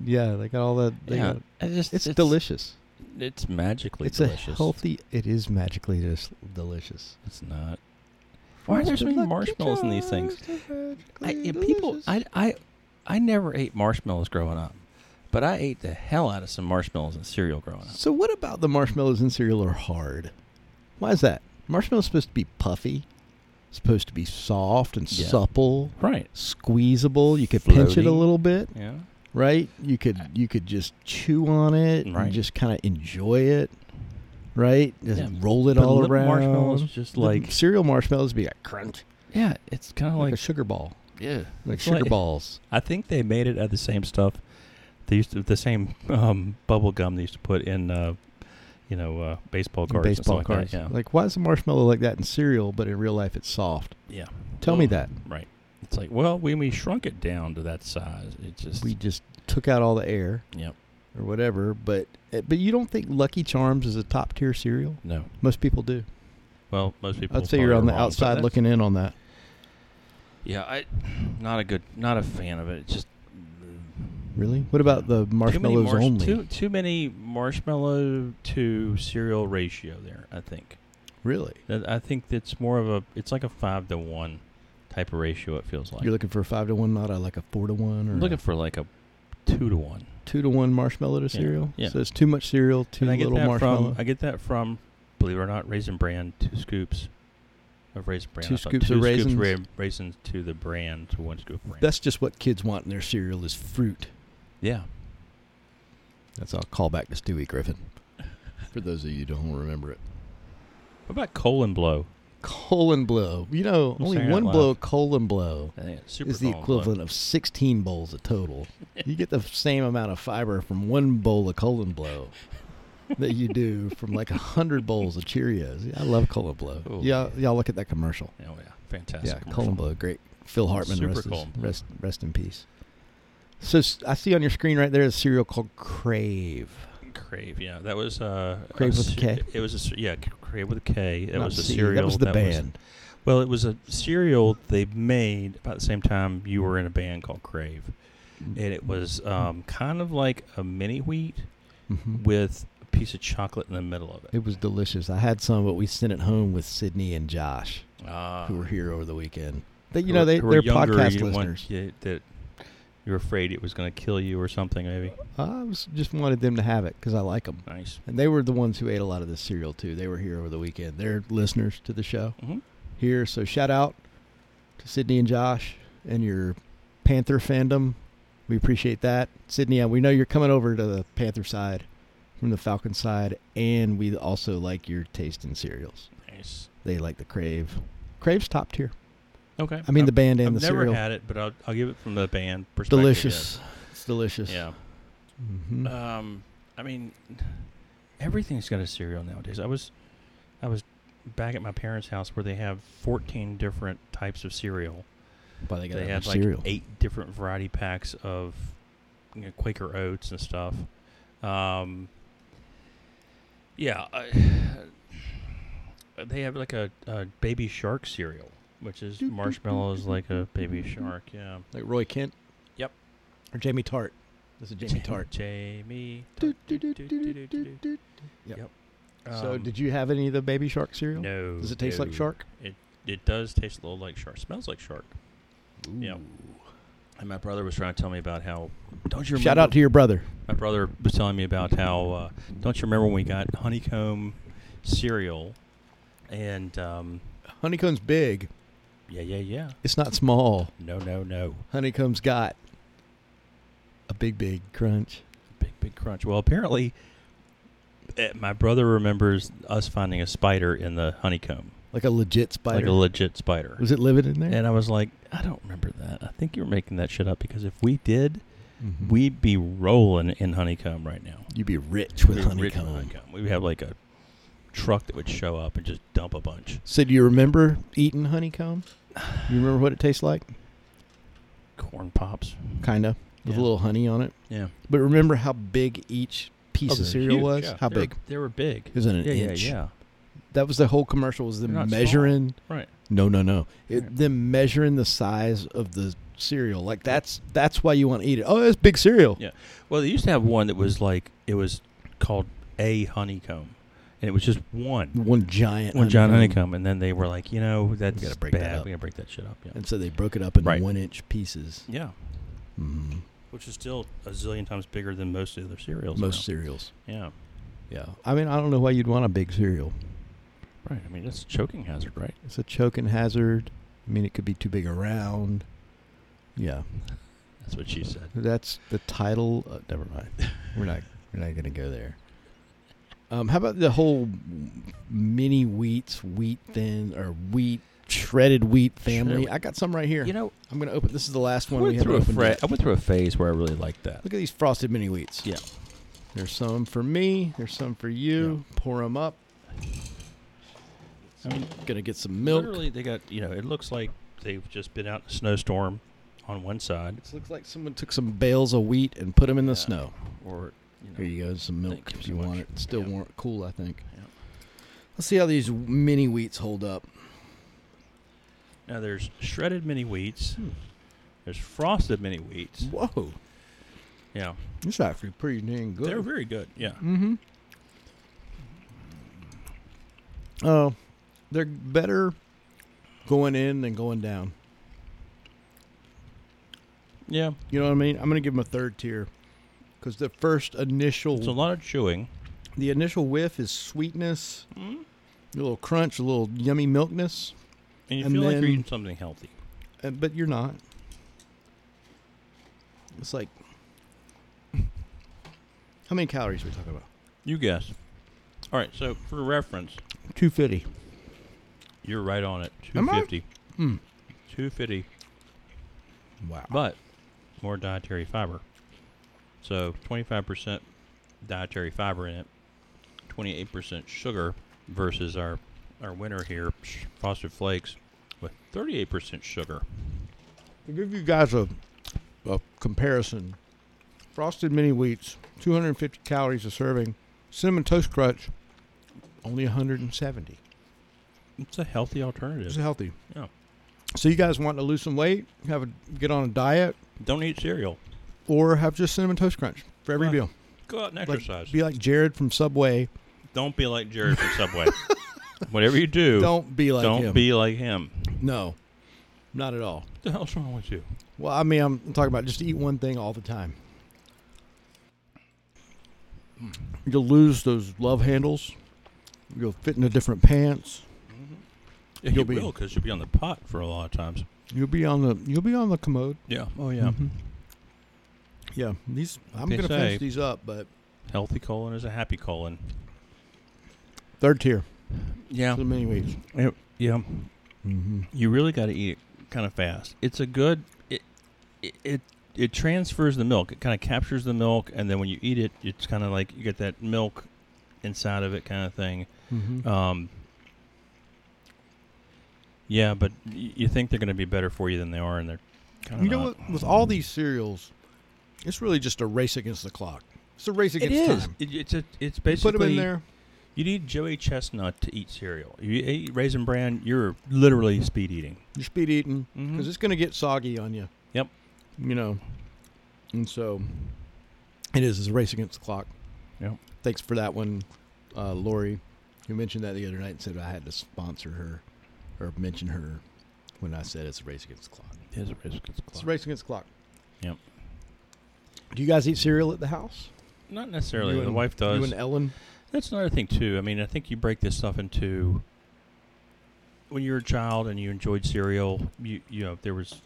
S1: yeah they got all that. They
S2: yeah,
S1: got,
S2: I just-
S1: it's, delicious.
S2: It's magically
S1: It's a
S2: delicious.
S1: healthy. It is magically dis- delicious.
S2: It's not. Why are there so many marshmallows in these things? I, yeah, people, I, I, I never ate marshmallows growing up, but I ate the hell out of some marshmallows and cereal growing up.
S1: So what about the marshmallows in cereal are hard? Why is that? Marshmallow's supposed to be puffy, supposed to be soft and
S2: Yeah.
S1: supple,
S2: Right.
S1: squeezable. You could pinch it a
S2: Floaty.
S1: little bit,
S2: Yeah. Uh,
S1: right? You could you could just chew on it
S2: Right.
S1: and just kind of enjoy it, right? Just
S2: Yeah,
S1: roll it all around.
S2: Marshmallows just
S1: The
S2: like
S1: cereal marshmallows be like crunch,
S2: (laughs) yeah, it's kind of
S1: like,
S2: like
S1: a sugar ball,
S2: yeah,
S1: like
S2: It's
S1: sugar
S2: like-
S1: balls.
S2: I think they made it out of the same stuff. They used to the same um, bubble gum they used to put in, uh, you know, uh, baseball
S1: and
S2: cards. and
S1: baseball
S2: stuff
S1: cards.
S2: Like that.
S1: Like, why is a marshmallow like that in cereal, but in real life it's soft?
S2: Yeah.
S1: Tell me that.
S2: yeah. Right. It's like well, when we shrunk it down to that size, it just
S1: We just took out all the air.
S2: Yep.
S1: Or whatever, but eh, but you don't think Lucky Charms is a top tier cereal?
S2: no.
S1: Most people do.
S2: Well, most people.
S1: I'd say
S2: probably
S1: you're
S2: are
S1: on the
S2: wrong, but
S1: outside
S2: that's-
S1: looking in on that.
S2: Yeah, I not a good, not a fan of it. It's just
S1: Really? What about the
S2: too many
S1: marshmallows
S2: marsh-
S1: only?
S2: Too, too many marshmallow to cereal ratio there. I think.
S1: Really?
S2: That- I think that's more of a. It's like a five to one type of ratio. It feels like
S1: You're looking for a five to one, not a, like a four to one or
S2: I'm looking
S1: a
S2: for like a two to one.
S1: two to one marshmallow to
S2: Yeah,
S1: cereal.
S2: yeah.
S1: So it's too much cereal, too
S2: And I get
S1: little
S2: that
S1: marshmallow.
S2: from. I get that from. Believe it or not, Raisin Bran two scoops of Raisin Bran.
S1: Two
S2: I thought
S1: scoops
S2: two
S1: of
S2: scoops
S1: raisins?
S2: ra- raisins to the bran to one scoop of bran.
S1: That's just what kids want in their cereal is fruit.
S2: yeah.
S1: That's all callback to Stewie Griffin. For those of you who don't remember it.
S2: What about colon blow?
S1: Colon blow. You know,
S2: I'm
S1: only
S2: saying
S1: one
S2: out
S1: blow
S2: loud.
S1: colon blow
S2: I think it's super
S1: is the
S2: colon blow.
S1: equivalent of 16 bowls of total. you get the same amount of fiber from one bowl of colon blow that you do from like a 100 bowls of Cheerios. I love colon blow.
S2: Oh,
S1: yeah,
S2: man.
S1: y'all look at that commercial.
S2: Oh yeah, fantastic.
S1: yeah,
S2: commercial.
S1: colon blow. Great. Phil Hartman,
S2: Super
S1: rest, his-
S2: Colon Blow.
S1: rest, rest in peace. So s- I see on your screen right there a cereal called Crave.
S2: Crave. Yeah, that was uh, a
S1: Crave with a
S2: ce-
S1: K?
S2: It was a ce- yeah, C- Crave with a K. It
S1: Not
S2: was a
S1: C.
S2: cereal.
S1: That was the band.
S2: well, it was a cereal they made about the same time you were in a band called Crave, and it was um, kind of like a mini wheat
S1: Mhm.
S2: with a piece of chocolate in the middle of it.
S1: It was delicious. I had some, but we sent it home with Sydney and Josh,
S2: Ah.
S1: who were here over the weekend. They, you
S2: Who
S1: know,
S2: were-
S1: they
S2: who were
S1: they're
S2: younger,
S1: podcast
S2: you didn't want-
S1: listeners.
S2: yeah, that You were afraid it was going to kill you or something, maybe.
S1: I was just wanted them to have it because I like them,
S2: Nice.
S1: and they were the ones who ate a lot of this cereal too. They were here over the weekend. They're listeners to the show
S2: Mm-hmm.
S1: here, so shout out to Sydney and Josh and your Panther fandom. We appreciate that, Sydney. uh, We know you're coming over to the Panther side from the Falcon side, and we also like your taste in cereals.
S2: Nice.
S1: They like the Crave. Crave's top tier.
S2: Okay.
S1: I mean, the band and
S2: I've
S1: the
S2: never
S1: cereal.
S2: had it, but I'll, I'll give it from the band perspective.
S1: delicious. It's delicious.
S2: yes. Yeah.
S1: hmm
S2: Um, I mean, everything's got a cereal nowadays. I was, I was back at my parents' house where they have 14 different types of cereal.
S1: but they got
S2: they
S1: other
S2: had like
S1: cereal.
S2: eight different variety packs of you know, Quaker oats and stuff. Um, yeah, I, (sighs) they have like a, a baby shark cereal, which is marshmallows like a baby shark. Yeah,
S1: like Roy Kent.
S2: Yep.
S1: Or Jamie Tart. This is Jamie Tart.
S2: Jamie.
S1: Do,
S2: Tart.
S1: do, do, do, do, do, do. So,
S2: Um,
S1: did you have any of the baby shark cereal?
S2: No.
S1: Does it taste like
S2: no.
S1: shark?
S2: It does taste a little like shark. Smells like shark. Yeah. And my brother was trying to tell me about how. Don't you remember?
S1: Shout out to your brother.
S2: My brother was telling me about how. Uh, don't you remember when we got honeycomb cereal? And um,
S1: Honeycomb's big.
S2: yeah, yeah, yeah.
S1: It's not small.
S2: No, no, no.
S1: Honeycomb's got a big, big crunch.
S2: Big, big crunch. Well, apparently, eh, my brother remembers us finding a spider in the honeycomb,
S1: Like a legit spider.
S2: like a legit spider.
S1: Was it living in there?
S2: And uh, I was like, I don't remember that. I think you're making that shit up because if we did,
S1: Mhm.
S2: we'd be rolling in honeycomb right now.
S1: You'd be rich with
S2: We'd be rich
S1: honeycomb.
S2: We'd have like a truck that would show up and just dump a bunch.
S1: So, do you remember eating honeycomb? You remember what it tastes like?
S2: Corn pops.
S1: Kind of. With
S2: Yeah.
S1: a little honey on it.
S2: Yeah.
S1: But remember how big each piece
S2: Oh,
S1: of
S2: they're
S1: cereal
S2: huge,
S1: was?
S2: yeah.
S1: How
S2: They were-
S1: big?
S2: they were big.
S1: It was an
S2: Yeah, yeah,
S1: inch.
S2: yeah.
S1: That was the whole commercial was
S2: They're not
S1: them
S2: small.
S1: measuring.
S2: Right.
S1: No, no, no. It,
S2: Right.
S1: Them measuring the size of the cereal. Like that's that's why you want to eat it. Oh, that's big cereal.
S2: Yeah. Well, they used to have one that was like, it was called a honeycomb. And it was just one.
S1: One giant.
S2: One giant honeycomb. And then they were like, you know, that's
S1: gotta break that
S2: bad.
S1: up.
S2: we got to break that shit up. Yeah.
S1: And so they broke it up in
S2: Right.
S1: one inch pieces.
S2: yeah.
S1: Mm,
S2: Which is still a zillion times bigger than most of the other cereals.
S1: most cereals.
S2: around. Yeah.
S1: Yeah. I mean, I don't know why you'd want a big cereal.
S2: Right. I mean, that's a choking hazard, right?
S1: It's a choking hazard. I mean, it could be too big around. Yeah.
S2: That's what she said.
S1: That's the title. Uh, never mind. We're not. We're not gonna go there. Um, how about the whole mini wheats, wheat thin or wheat shredded wheat family?
S2: Shredded-
S1: I got some right here.
S2: You know,
S1: I'm gonna open. This is the last
S2: I
S1: one we
S2: went,
S1: have
S2: through a
S1: opened.
S2: fra-
S1: yet.
S2: I went through a phase where I really liked that.
S1: Look at these frosted mini wheats.
S2: Yeah.
S1: There's some for me. There's some for you. Pour 'em Pour them up.
S2: I mean,
S1: Gonna get some milk.
S2: literally, they got, you know, it looks like they've just been out in a snowstorm on one side
S1: It looks like someone took some bales of wheat and put them in the
S2: Yeah.
S1: snow.
S2: or, you know.
S1: Here you go. Some milk
S2: Thank you
S1: if
S2: so
S1: you want
S2: much.
S1: it. It's still
S2: Yeah.
S1: warm, cool, I think.
S2: Yeah.
S1: Let's see how these mini wheats hold up.
S2: Now, there's shredded mini wheats.
S1: Hmm.
S2: There's frosted mini wheats.
S1: Whoa,
S2: Yeah.
S1: it's actually pretty dang good.
S2: They're very good. Yeah.
S1: mm-hmm. Oh, they're better going in than going down.
S2: Yeah.
S1: You know what I mean? I'm gonna give them a third tier because the first initial,
S2: It's a lot of chewing.
S1: the initial whiff is sweetness,
S2: Mm-hmm.
S1: a little crunch, a little yummy milkness,
S2: And you
S1: And
S2: feel like you're
S1: then-
S2: eating something healthy.
S1: uh, but you're not. It's like how many calories are we talking about?
S2: You guess. All right. So, for reference,
S1: Two fifty.
S2: you're right on it.
S1: Am I?
S2: 250.
S1: Hmm.
S2: 250.
S1: Wow.
S2: but more dietary fiber. So 25% dietary fiber in it, 28% sugar versus our our winner here, sh- Frosted Flakes, with 38% sugar.
S1: To give you guys a, a comparison, frosted mini wheats, 250 calories a serving. Cinnamon Toast Crunch, only 170.
S2: It's a healthy
S1: It's
S2: alternative.
S1: healthy.
S2: Yeah.
S1: So you guys want to lose some weight, have a get on a diet,
S2: Don't eat cereal.
S1: or have just Cinnamon Toast Crunch for every
S2: Right.
S1: meal.
S2: Go out and
S1: Like,
S2: exercise.
S1: be like Jared from Subway.
S2: don't be like Jared from
S1: (laughs)
S2: Subway. Whatever you do,
S1: Don't be like
S2: don't
S1: him.
S2: be like him.
S1: no, not at all.
S2: What the hell's wrong with you?
S1: Well, I mean, I'm talking about just eat one thing all the time. You'll lose those love handles. You'll fit into different pants.
S2: Yeah, you
S1: You'll be-
S2: will because you'll be on the pot for a lot of times.
S1: You'll be on the you'll be on the commode.
S2: Yeah. Oh yeah.
S1: Mhm. Yeah, these I'm
S2: They
S1: going to
S2: say-
S1: finish these up, but
S2: Healthy colon is a happy colon.
S1: third tier
S2: Yeah.
S1: for the mini wheats.
S2: Yeah.
S1: Mm-hmm.
S2: You really got to eat it kind of fast. It's a good. It it it, it transfers the milk. It kind of captures the milk, and then when you eat it, it's kind of like you get that milk inside of it kind of thing.
S1: Mm-hmm.
S2: Um. Yeah, but y- you think they're going to be better for you than they are, and they're kind of
S1: You know what? With all these cereals, it's really just a race against the clock. It's a race
S2: It
S1: against
S2: is.
S1: time.
S2: It, it's a, it's
S1: You
S2: basically
S1: put them in there.
S2: You need Joey Chestnut to eat cereal. You eat Raisin Bran, you're literally speed eating.
S1: You're speed eating because
S2: Mhm.
S1: it's going to get soggy on you.
S2: Yep.
S1: You know, and so it is. It's a race against the clock.
S2: Yep.
S1: Thanks for that one, uh, Lori, who mentioned that the other night and said I had to sponsor her or mention her when I said it's a race against the clock.
S2: It is a race against the
S1: It's
S2: clock.
S1: a race against the clock.
S2: Yep.
S1: Do you guys eat cereal at the house?
S2: Not necessarily.
S1: You
S2: the
S1: and-
S2: wife
S1: You
S2: does.
S1: and Ellen?
S2: That's another thing too. I mean, I think you break this stuff into when you were a child and you enjoyed cereal. You you know there was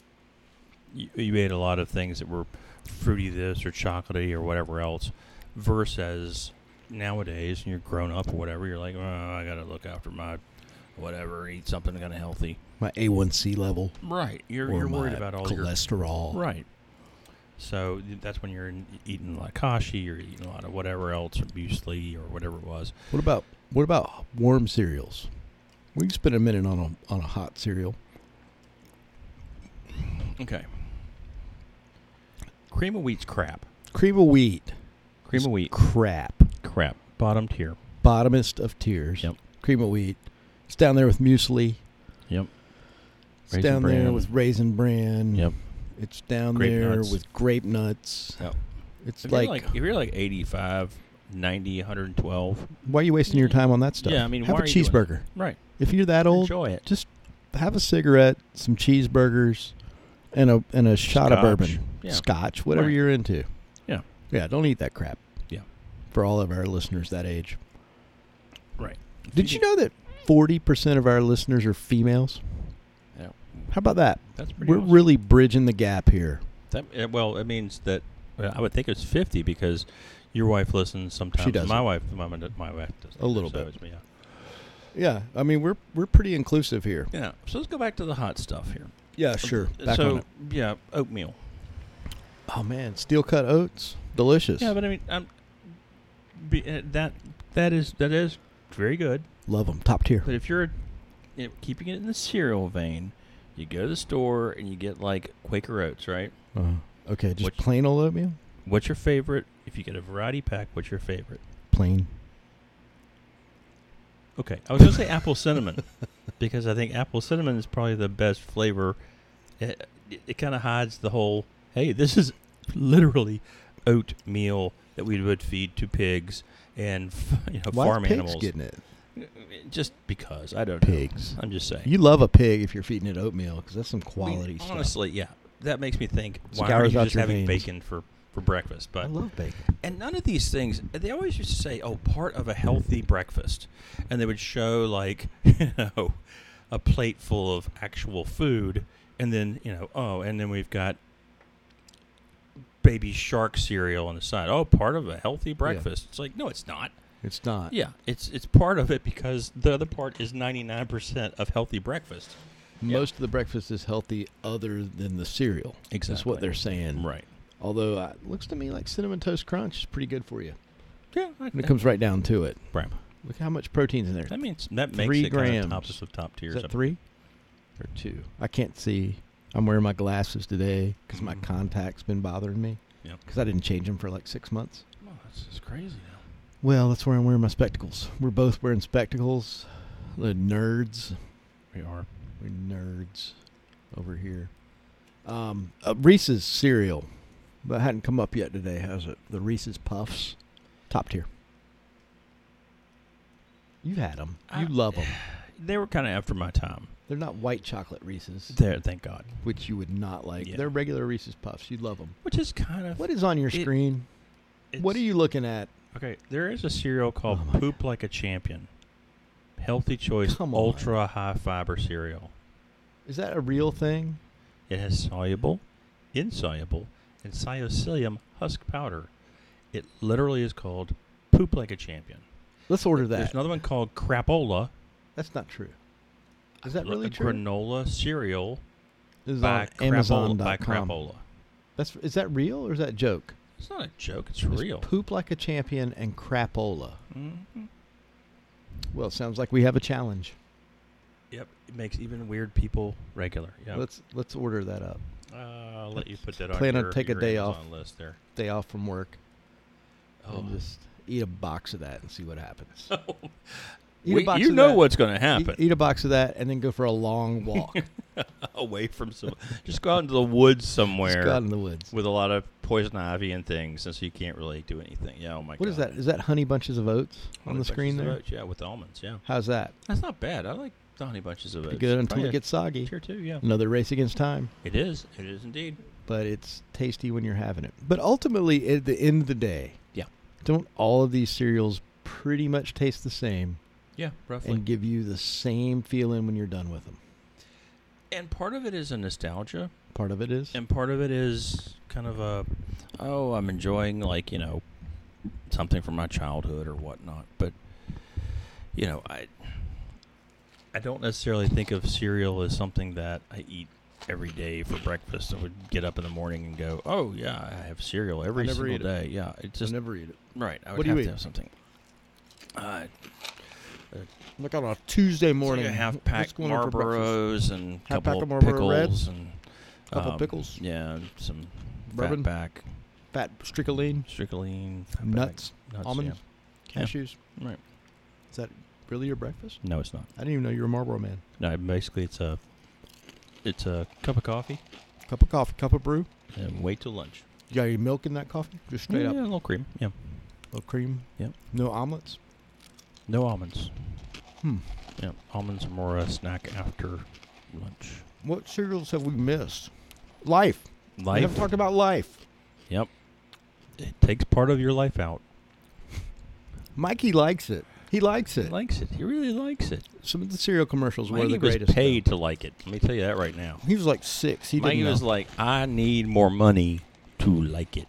S2: you, you ate a lot of things that were fruity this or chocolatey or whatever else. Versus nowadays, and you're grown up or whatever. You're like, oh, I gotta look after my whatever. Eat something kind of healthy.
S1: My A1C level.
S2: Right. You're,
S1: or
S2: you're worried
S1: my
S2: about all your
S1: cholesterol.
S2: right. So th- that's when you're in, eating a lot of kashi, you're eating a lot of whatever else, or muesli, or whatever it was.
S1: What about what about warm cereals? We can spend a minute on a on a hot cereal.
S2: Okay. Cream of wheat's crap.
S1: Cream of wheat.
S2: Cream of wheat
S1: Crap.
S2: crap. Bottom tier.
S1: Bottomest of tiers.
S2: Yep.
S1: Cream of wheat. It's down there with muesli.
S2: Yep.
S1: It's
S2: Raisin
S1: down there
S2: Bran.
S1: with raisin bran.
S2: Yep.
S1: It's down
S2: Grape
S1: there
S2: nuts.
S1: with grape nuts.
S2: Yep.
S1: It's
S2: If
S1: like,
S2: you're like if you're like 85, 90, 112.
S1: why are you wasting your time on that stuff?
S2: Yeah, I mean,
S1: have
S2: why
S1: a
S2: are you doing
S1: cheeseburger.
S2: Right.
S1: If you're that old,
S2: Enjoy it.
S1: just have a cigarette, some cheeseburgers, and a and a shot of
S2: Scotch.
S1: bourbon,
S2: Yeah.
S1: scotch, whatever
S2: Right.
S1: you're into.
S2: Yeah.
S1: yeah. Don't eat that crap.
S2: Yeah.
S1: for all of our listeners that age.
S2: Right.
S1: Did you know that forty percent of our listeners are females?
S2: Yeah.
S1: How about that?
S2: That's pretty.
S1: We're
S2: awesome.
S1: really bridging the gap here.
S2: That, uh, well, it means that well, I would think it's fifty because your wife listens sometimes.
S1: doesn't.
S2: My wife, my, my my wife does
S1: A little
S2: so
S1: bit.
S2: it's- Yeah.
S1: Yeah, I mean we're we're pretty inclusive here.
S2: yeah. So let's go back to the hot stuff here.
S1: Yeah, Uh, sure. Back
S2: so
S1: on it.
S2: yeah, oatmeal.
S1: Oh man, steel cut oats, delicious.
S2: Yeah, but I mean, I'm, be, uh, that that is that is very good.
S1: Love them, top tier.
S2: But if you're you know, keeping it in the cereal vein, you go to the store and you get like Quaker Oats, right?
S1: Uh, okay, just
S2: Which-
S1: plain old oatmeal.
S2: What's your favorite? If you get a variety pack, what's your favorite?
S1: Plain.
S2: Okay, I was gonna say apple
S1: (laughs)
S2: cinnamon because I think apple cinnamon is probably the best flavor. It, it, kind of hides the whole. Hey, this is literally oatmeal that we would feed to pigs and (laughs) f- you know
S1: Why
S2: farm
S1: is pigs
S2: animals.
S1: getting it?
S2: Just because I don't know.
S1: Pigs.
S2: I'm just saying.
S1: You love a pig if you're feeding it oatmeal because that's some
S2: I mean,
S1: quality stuff.
S2: Honestly, yeah, that makes me think.
S1: It's
S2: Why
S1: like
S2: are
S1: ours
S2: you
S1: out
S2: just
S1: your
S2: having
S1: veins.
S2: bacon for for breakfast? But
S1: I love bacon.
S2: and none of these things they always used to say oh part of a healthy breakfast and they would show like (laughs) you know a plate full of actual food and then you know oh and then we've got baby shark cereal on the side oh part of a healthy breakfast it's like no it's not
S1: It's not.
S2: yeah it's it's part of it because the other part is 99% of healthy breakfast
S1: Most of the breakfast is healthy other than the cereal. That's
S2: Exactly.
S1: what they're saying.
S2: right
S1: Although uh, it looks to me like cinnamon toast crunch is pretty good for you.
S2: yeah I,
S1: When it comes right down to it.
S2: right
S1: Look how much protein's in there.
S2: that means that makes
S1: Three
S2: it kind
S1: grams.
S2: of tops of top tier
S1: Is that three or two? I can't see. I'm wearing my glasses today because my
S2: Mhm.
S1: contact's been bothering me.
S2: Yep.
S1: Because I didn't change them for like six months.
S2: oh, this is crazy now
S1: Well, that's where I'm wearing my spectacles. We're both wearing spectacles. The nerds.
S2: we are
S1: We're nerds over here. Um, uh, Reese's cereal, but hadn't come up yet today, has it? The Reese's Puffs, top tier. You've had them. You
S2: I-
S1: love
S2: (sighs)
S1: 'em. love them.
S2: they were kind of after my time.
S1: They're not white chocolate Reese's,
S2: There, thank God.
S1: which you would not like.
S2: Yeah.
S1: They're regular Reese's Puffs. You'd love them.
S2: Which is kind of
S1: What is on your
S2: It-
S1: screen? What are
S2: it's-
S1: you looking at?
S2: Okay, there is a cereal called
S1: Oh my
S2: Poop Like a Champion, healthy choice,
S1: Come on.
S2: ultra high fiber cereal.
S1: Is that a real thing?
S2: It has soluble, insoluble, and cyocilium husk powder. It literally is called Poop Like a Champion.
S1: Let's order
S2: There's
S1: that.
S2: another one called Crapola.
S1: That's not true. Is that
S2: Look,
S1: really
S2: a
S1: true?
S2: Granola cereal
S1: this is
S2: by
S1: on
S2: Crapola, by
S1: Amazon.com.
S2: Crapola.
S1: That's is that real or is that a joke?
S2: It's not a joke. It's
S1: It's
S2: real.
S1: poop like a champion and crapola.
S2: Mhm.
S1: Well, it sounds like we have a challenge.
S2: Yep. It makes even weird people regular. Yeah.
S1: Let's let's order that up.
S2: uh, I'll let you put that on
S1: plan on
S2: your,
S1: take a
S2: your
S1: day
S2: Amazon list there.
S1: Day off from work and
S2: Oh. (laughs)
S1: just eat a box of that and see what happens. Eat a
S2: We,
S1: box
S2: you
S1: of
S2: know
S1: that.
S2: what's going to
S1: Eat,
S2: happen.
S1: eat a box of that and then go for a
S2: (laughs)
S1: long (laughs) walk. Just
S2: Away from some, just go out into the woods
S1: go out
S2: somewhere
S1: in the woods.
S2: with a lot of poison ivy and things, and so you can't really do anything. Yeah. Oh my
S1: What
S2: god.
S1: is that? Is that honey bunches of oats on
S2: Honey
S1: the screen
S2: Bunches of
S1: there?
S2: Oats, yeah, with almonds. Yeah.
S1: How's that?
S2: That's not bad. I like the honey bunches of
S1: Pretty
S2: oats.
S1: good until
S2: Probably
S1: it gets soggy.
S2: here too. Yeah.
S1: Another race against time,
S2: It is. It is indeed.
S1: but it's tasty when you're having it. But ultimately, at the end of the day,
S2: Yeah.
S1: don't all of these cereals pretty much taste the same
S2: Yeah. Roughly.
S1: and give you the same feeling when you're done with them?
S2: And part of it is a nostalgia,
S1: Part of it is.
S2: and part of it is kind of a, oh, I'm enjoying like you know, something from my childhood or whatnot. But you know, I I don't necessarily think of cereal as something that I eat every day for breakfast. I would get up in the morning and go, oh yeah, I have cereal every
S1: never
S2: single
S1: eat it.
S2: day. Yeah,
S1: Just
S2: it's just
S1: never eat it.
S2: right. I
S1: What
S2: would
S1: do you
S2: have
S1: eat?
S2: to have something. Uh,
S1: Like on a Tuesday morning,
S2: Like a half
S1: what's
S2: pack
S1: going on for breakfast?
S2: Marlboros and
S1: Half pack
S2: couple
S1: of
S2: of
S1: Marlboro
S2: pickles
S1: Reds?
S2: and um,
S1: Couple pickles?
S2: Yeah, and some
S1: Bourbon?
S2: fatback,
S1: fat stricoline,
S2: stricoline, fatback,
S1: nuts,
S2: nuts,
S1: almonds,
S2: Yeah.
S1: cashews.
S2: yeah. Right.
S1: Is that really your breakfast?
S2: No, it's not.
S1: I didn't even know you were a Marlboro man.
S2: No, basically it's a it's a cup of coffee
S1: Cup of coffee, cup of brew.
S2: and wait till lunch.
S1: You got your milk in that coffee? Just straight
S2: yeah,
S1: up.
S2: a little cream. Yeah.
S1: little cream.
S2: Yep.
S1: No omelets.
S2: No almonds.
S1: Hmm.
S2: Yeah, almonds are more a snack after lunch.
S1: What cereals have we missed? Life. We
S2: Life.
S1: haven't talked about life.
S2: Yep. It takes part of your life out.
S1: Mikey likes it. He likes
S2: He
S1: it.
S2: likes it. He really likes it.
S1: Some of the cereal commercials were
S2: Mikey
S1: the greatest.
S2: was paid to like it. Let me tell you that right now.
S1: though. He was like six. He
S2: Mikey
S1: didn't
S2: was
S1: know.
S2: like, I need more money to like it.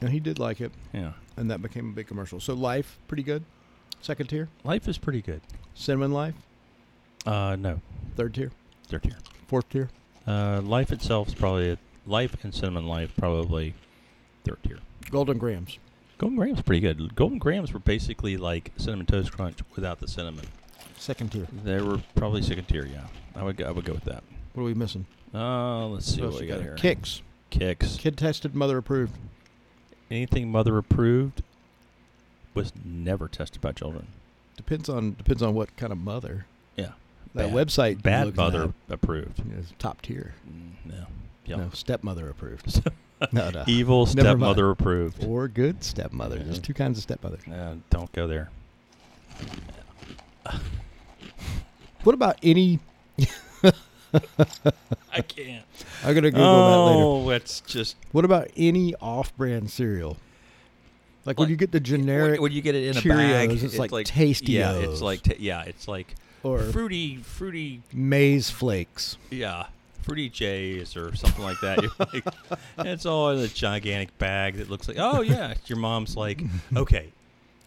S1: No, he did like it,
S2: Yeah.
S1: and that became a big commercial. So life, pretty good. Second tier.
S2: Life is pretty good.
S1: Cinnamon life.
S2: Uh, no.
S1: Third tier.
S2: They're tier.
S1: Fourth tier.
S2: Uh, life itself is probably, life and cinnamon life, probably third tier.
S1: Golden grams.
S2: Golden Grams pretty good. Golden Grams were basically like cinnamon toast crunch without the cinnamon.
S1: Second tier.
S2: They were probably second tier. Yeah, I would go, I would go with that.
S1: What are we missing?
S2: Uh, let's see what,
S1: else
S2: we
S1: you
S2: got
S1: got?
S2: here.
S1: Kicks.
S2: Kicks.
S1: Kid tested, mother approved.
S2: Anything mother approved was never tested by children.
S1: Depends on depends on what kind of mother.
S2: Yeah.
S1: That
S2: Bad-
S1: website.
S2: Bad
S1: looks
S2: mother
S1: at
S2: approved.
S1: is top tier.
S2: Mm, No. Yeah.
S1: No, stepmother
S2: (laughs)
S1: approved. no, no.
S2: Evil
S1: (laughs) Never mind.
S2: stepmother approved.
S1: or good stepmother. There's
S2: Yeah.
S1: two kinds of stepmother.
S2: Uh, don't go there.
S1: What about any?
S2: I can't.
S1: I'm gonna Google that later.
S2: Oh, that's just
S1: What about any off-brand cereal? Like when
S2: Like,
S1: you get the generic
S2: when, when you get it in
S1: Cheerios,
S2: a bag.
S1: it's like
S2: Yeah,
S1: Tastios.
S2: it's like ta- yeah, it's like
S1: or
S2: fruity, fruity,
S1: maize flakes,
S2: yeah, fruity J's or something like that. (laughs) You're like, it's all in a gigantic bag that looks like. Oh yeah, your mom's
S1: (laughs)
S2: like, okay,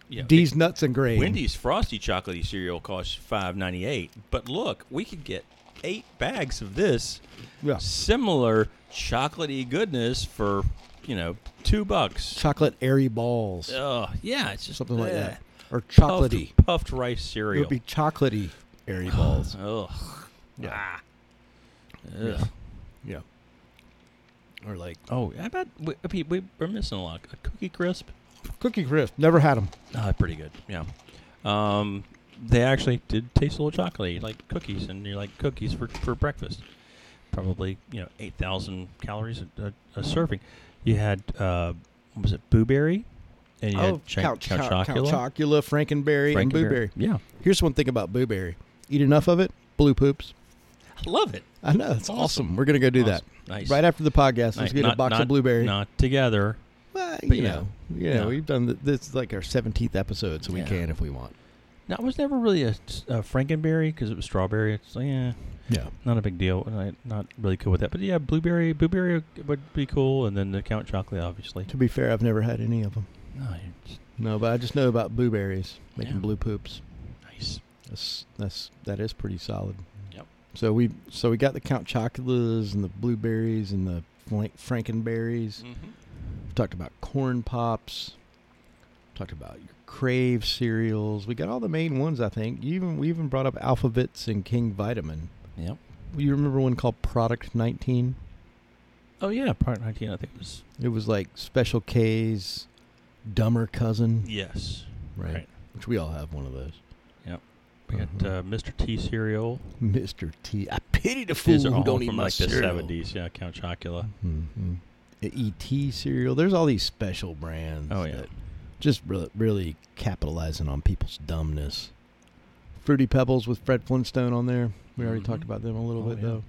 S2: yeah.
S1: D's nuts and grain.
S2: Wendy's frosty chocolatey cereal costs five ninety eight, but look, we could get eight bags of this
S1: yeah.
S2: similar chocolatey goodness for you know two bucks.
S1: chocolate airy balls,
S2: Ugh, yeah, it's just
S1: something like
S2: bleh.
S1: that, or
S2: Puffed-
S1: chocolatey.
S2: puffed, rice
S1: It
S2: cereal.
S1: would be chocolatey
S2: (sighs)
S1: airy balls.
S2: Ugh.
S1: Yeah.
S2: Ah.
S1: Yeah.
S2: Ugh.
S1: Yeah. Or like
S2: Oh, I bet we, we, we- we're missing a lot. A cookie crisp,
S1: cookie crisp. Never had them.
S2: ah, pretty good. Yeah. Um, they actually did taste a little chocolatey, like cookies, and you're like cookies for, for breakfast. Probably you know eight thousand calories a, a, a serving. You had uh, what was it blueberry, and you had
S1: Oh, Count,
S2: ch-
S1: count,
S2: count
S1: count
S2: chocula,
S1: Chocula, Frankenberry, and
S2: Frankenberry.
S1: Blueberry.
S2: Yeah,
S1: Here's one thing about Blueberry. Eat enough of it, blue poops.
S3: I love it.
S1: I know it's awesome.
S3: Awesome.
S1: We're gonna go do that
S3: Nice.
S1: right after the podcast. Let's
S3: Nice.
S1: get a
S3: Not-
S1: box of
S3: not-
S1: blueberry.
S2: Not together.
S1: Well,
S3: But
S1: you
S3: yeah.
S1: know, you know,
S3: Yeah.
S1: we've done th this is like our seventeenth episode, so we
S3: Yeah.
S1: can if we want.
S2: No, I was never really a, a Frankenberry because it was strawberry. It's like, yeah,
S1: Yeah,
S2: not a big deal. and I- Not really cool with that. But yeah, blueberry, blueberry would be cool, and then the Count Chocolate, obviously.
S1: to be fair, I've never had any of them.
S2: No, it's
S1: No, but I Oh, just know about blueberries making
S2: Yeah.
S1: blue poops.
S2: nice.
S1: That's that's that is pretty solid.
S2: Yep.
S1: So we so we got the Count Chocula's and the blueberries and the flank Frankenberries.
S2: Mm-hmm.
S3: Mhm.
S1: We talked about corn pops. Talked about your crave cereals. We got all the main ones, I think. You even we even brought up Alphabets and King Vitamin.
S2: Yep.
S1: You remember one called Product 19?
S2: Oh yeah, Part 19. I think it was
S1: It was like Special K's dumber cousin,
S2: yes.
S1: right?
S2: right.
S1: Which we all have one of those.
S2: We got
S1: Mhm.
S2: uh, Mr. T cereal.
S1: Mr. T. I pity the
S2: These
S1: fools
S2: are
S1: who
S2: all
S1: don't eat
S2: from
S1: my
S2: like the
S1: cereal.
S2: seventies. Yeah, Count Chocula.
S1: Mm-hmm. ET cereal. There's all these special brands.
S2: Oh, yeah.
S1: that just really, really capitalizing on people's dumbness. Fruity Pebbles with Fred Flintstone on there. We already
S3: Mhm.
S1: talked about them a little
S2: Oh,
S1: bit
S2: yeah.
S1: though.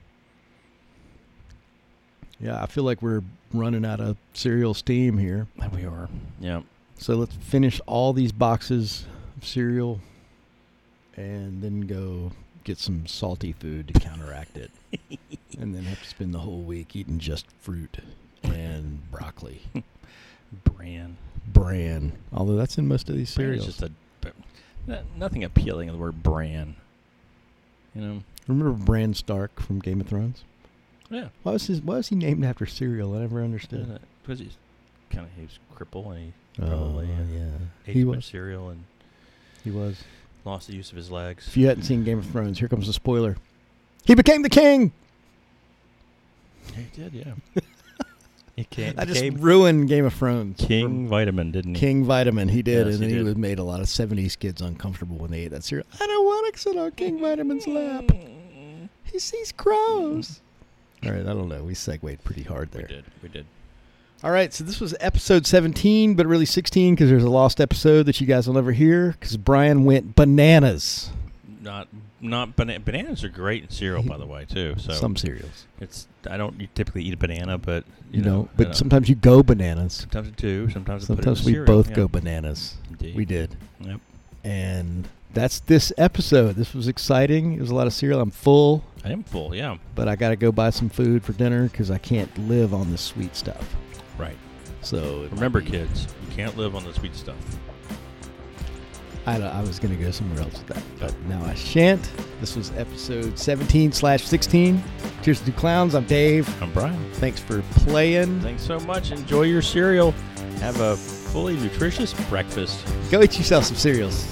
S1: Yeah, I feel like we're running out of cereal steam here.
S2: There we are. Yeah.
S1: So let's finish all these boxes of cereal and then go get some salty food to counteract
S2: (laughs)
S1: it. and then have to spend the whole week eating just fruit and broccoli.
S2: Bran.
S1: Bran. Although that's in most of these
S2: Bran is
S1: cereals.
S2: just a b- no- nothing appealing in the word bran. You know.
S1: Remember Bran Stark from Game of Thrones?
S2: Yeah.
S1: Why was his why was he named after cereal? I never
S2: Uh,
S1: understood.
S2: Because he's kind of he was cripple and
S1: Probably,
S2: Probably, yeah. he
S1: yeah.
S2: ate
S1: He
S2: too much
S1: was.
S2: cereal and
S1: He was.
S2: lost the use of his legs.
S1: If you hadn't seen Game of Thrones, here comes the spoiler. He became the king.
S2: he did, yeah.
S3: (laughs)
S2: it came,
S1: I just
S2: became
S1: ruined Game of Thrones.
S2: King Vitamin,
S3: Mm.
S2: didn't he?
S1: King Vitamin. He did,
S2: Yes,
S1: and then
S2: he
S1: he,
S2: did.
S1: was made a lot of '70s kids uncomfortable when they ate that cereal. I don't want to sit on King Vitamin's lap. He sees crows. All right, I don't know. We segued pretty hard
S3: Mm. We
S1: there.
S3: did. We did.
S1: All right, so this was episode 17, but really 16 because there's a lost episode that you guys will never hear because Brian went bananas.
S3: Not not bana- bananas are great in cereal, by the way, too. So
S1: Some cereals,
S3: it's I don't typically eat a banana, but
S1: you,
S3: you,
S1: know,
S3: I
S1: but
S3: don't-
S1: sometimes you go bananas.
S3: sometimes I do. Sometimes, I put it
S1: Sometimes
S3: in
S1: we
S3: cereal,
S1: both
S3: yeah.
S1: go bananas.
S2: Indeed.
S1: We did.
S2: Yep.
S1: And that's this episode. This was exciting. It was a lot of cereal. I'm full.
S3: I am full. Yeah.
S1: but I got to go buy some food for dinner because I can't live on this sweet stuff.
S3: Right.
S1: So it might
S3: Remember,
S1: be-
S3: kids, you can't live on the sweet stuff.
S1: I, don't- I was gonna go somewhere else with that, but now I shan't. This was episode 17 slash 16. Cheers to the clowns. I'm Dave.
S3: I'm Brian.
S1: Thanks for playing.
S3: Thanks so much. Enjoy your cereal. Have a fully nutritious breakfast.
S1: Go eat yourself some cereals.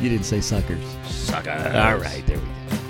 S1: you didn't say suckers.
S3: Sucker.
S4: All right, there we go.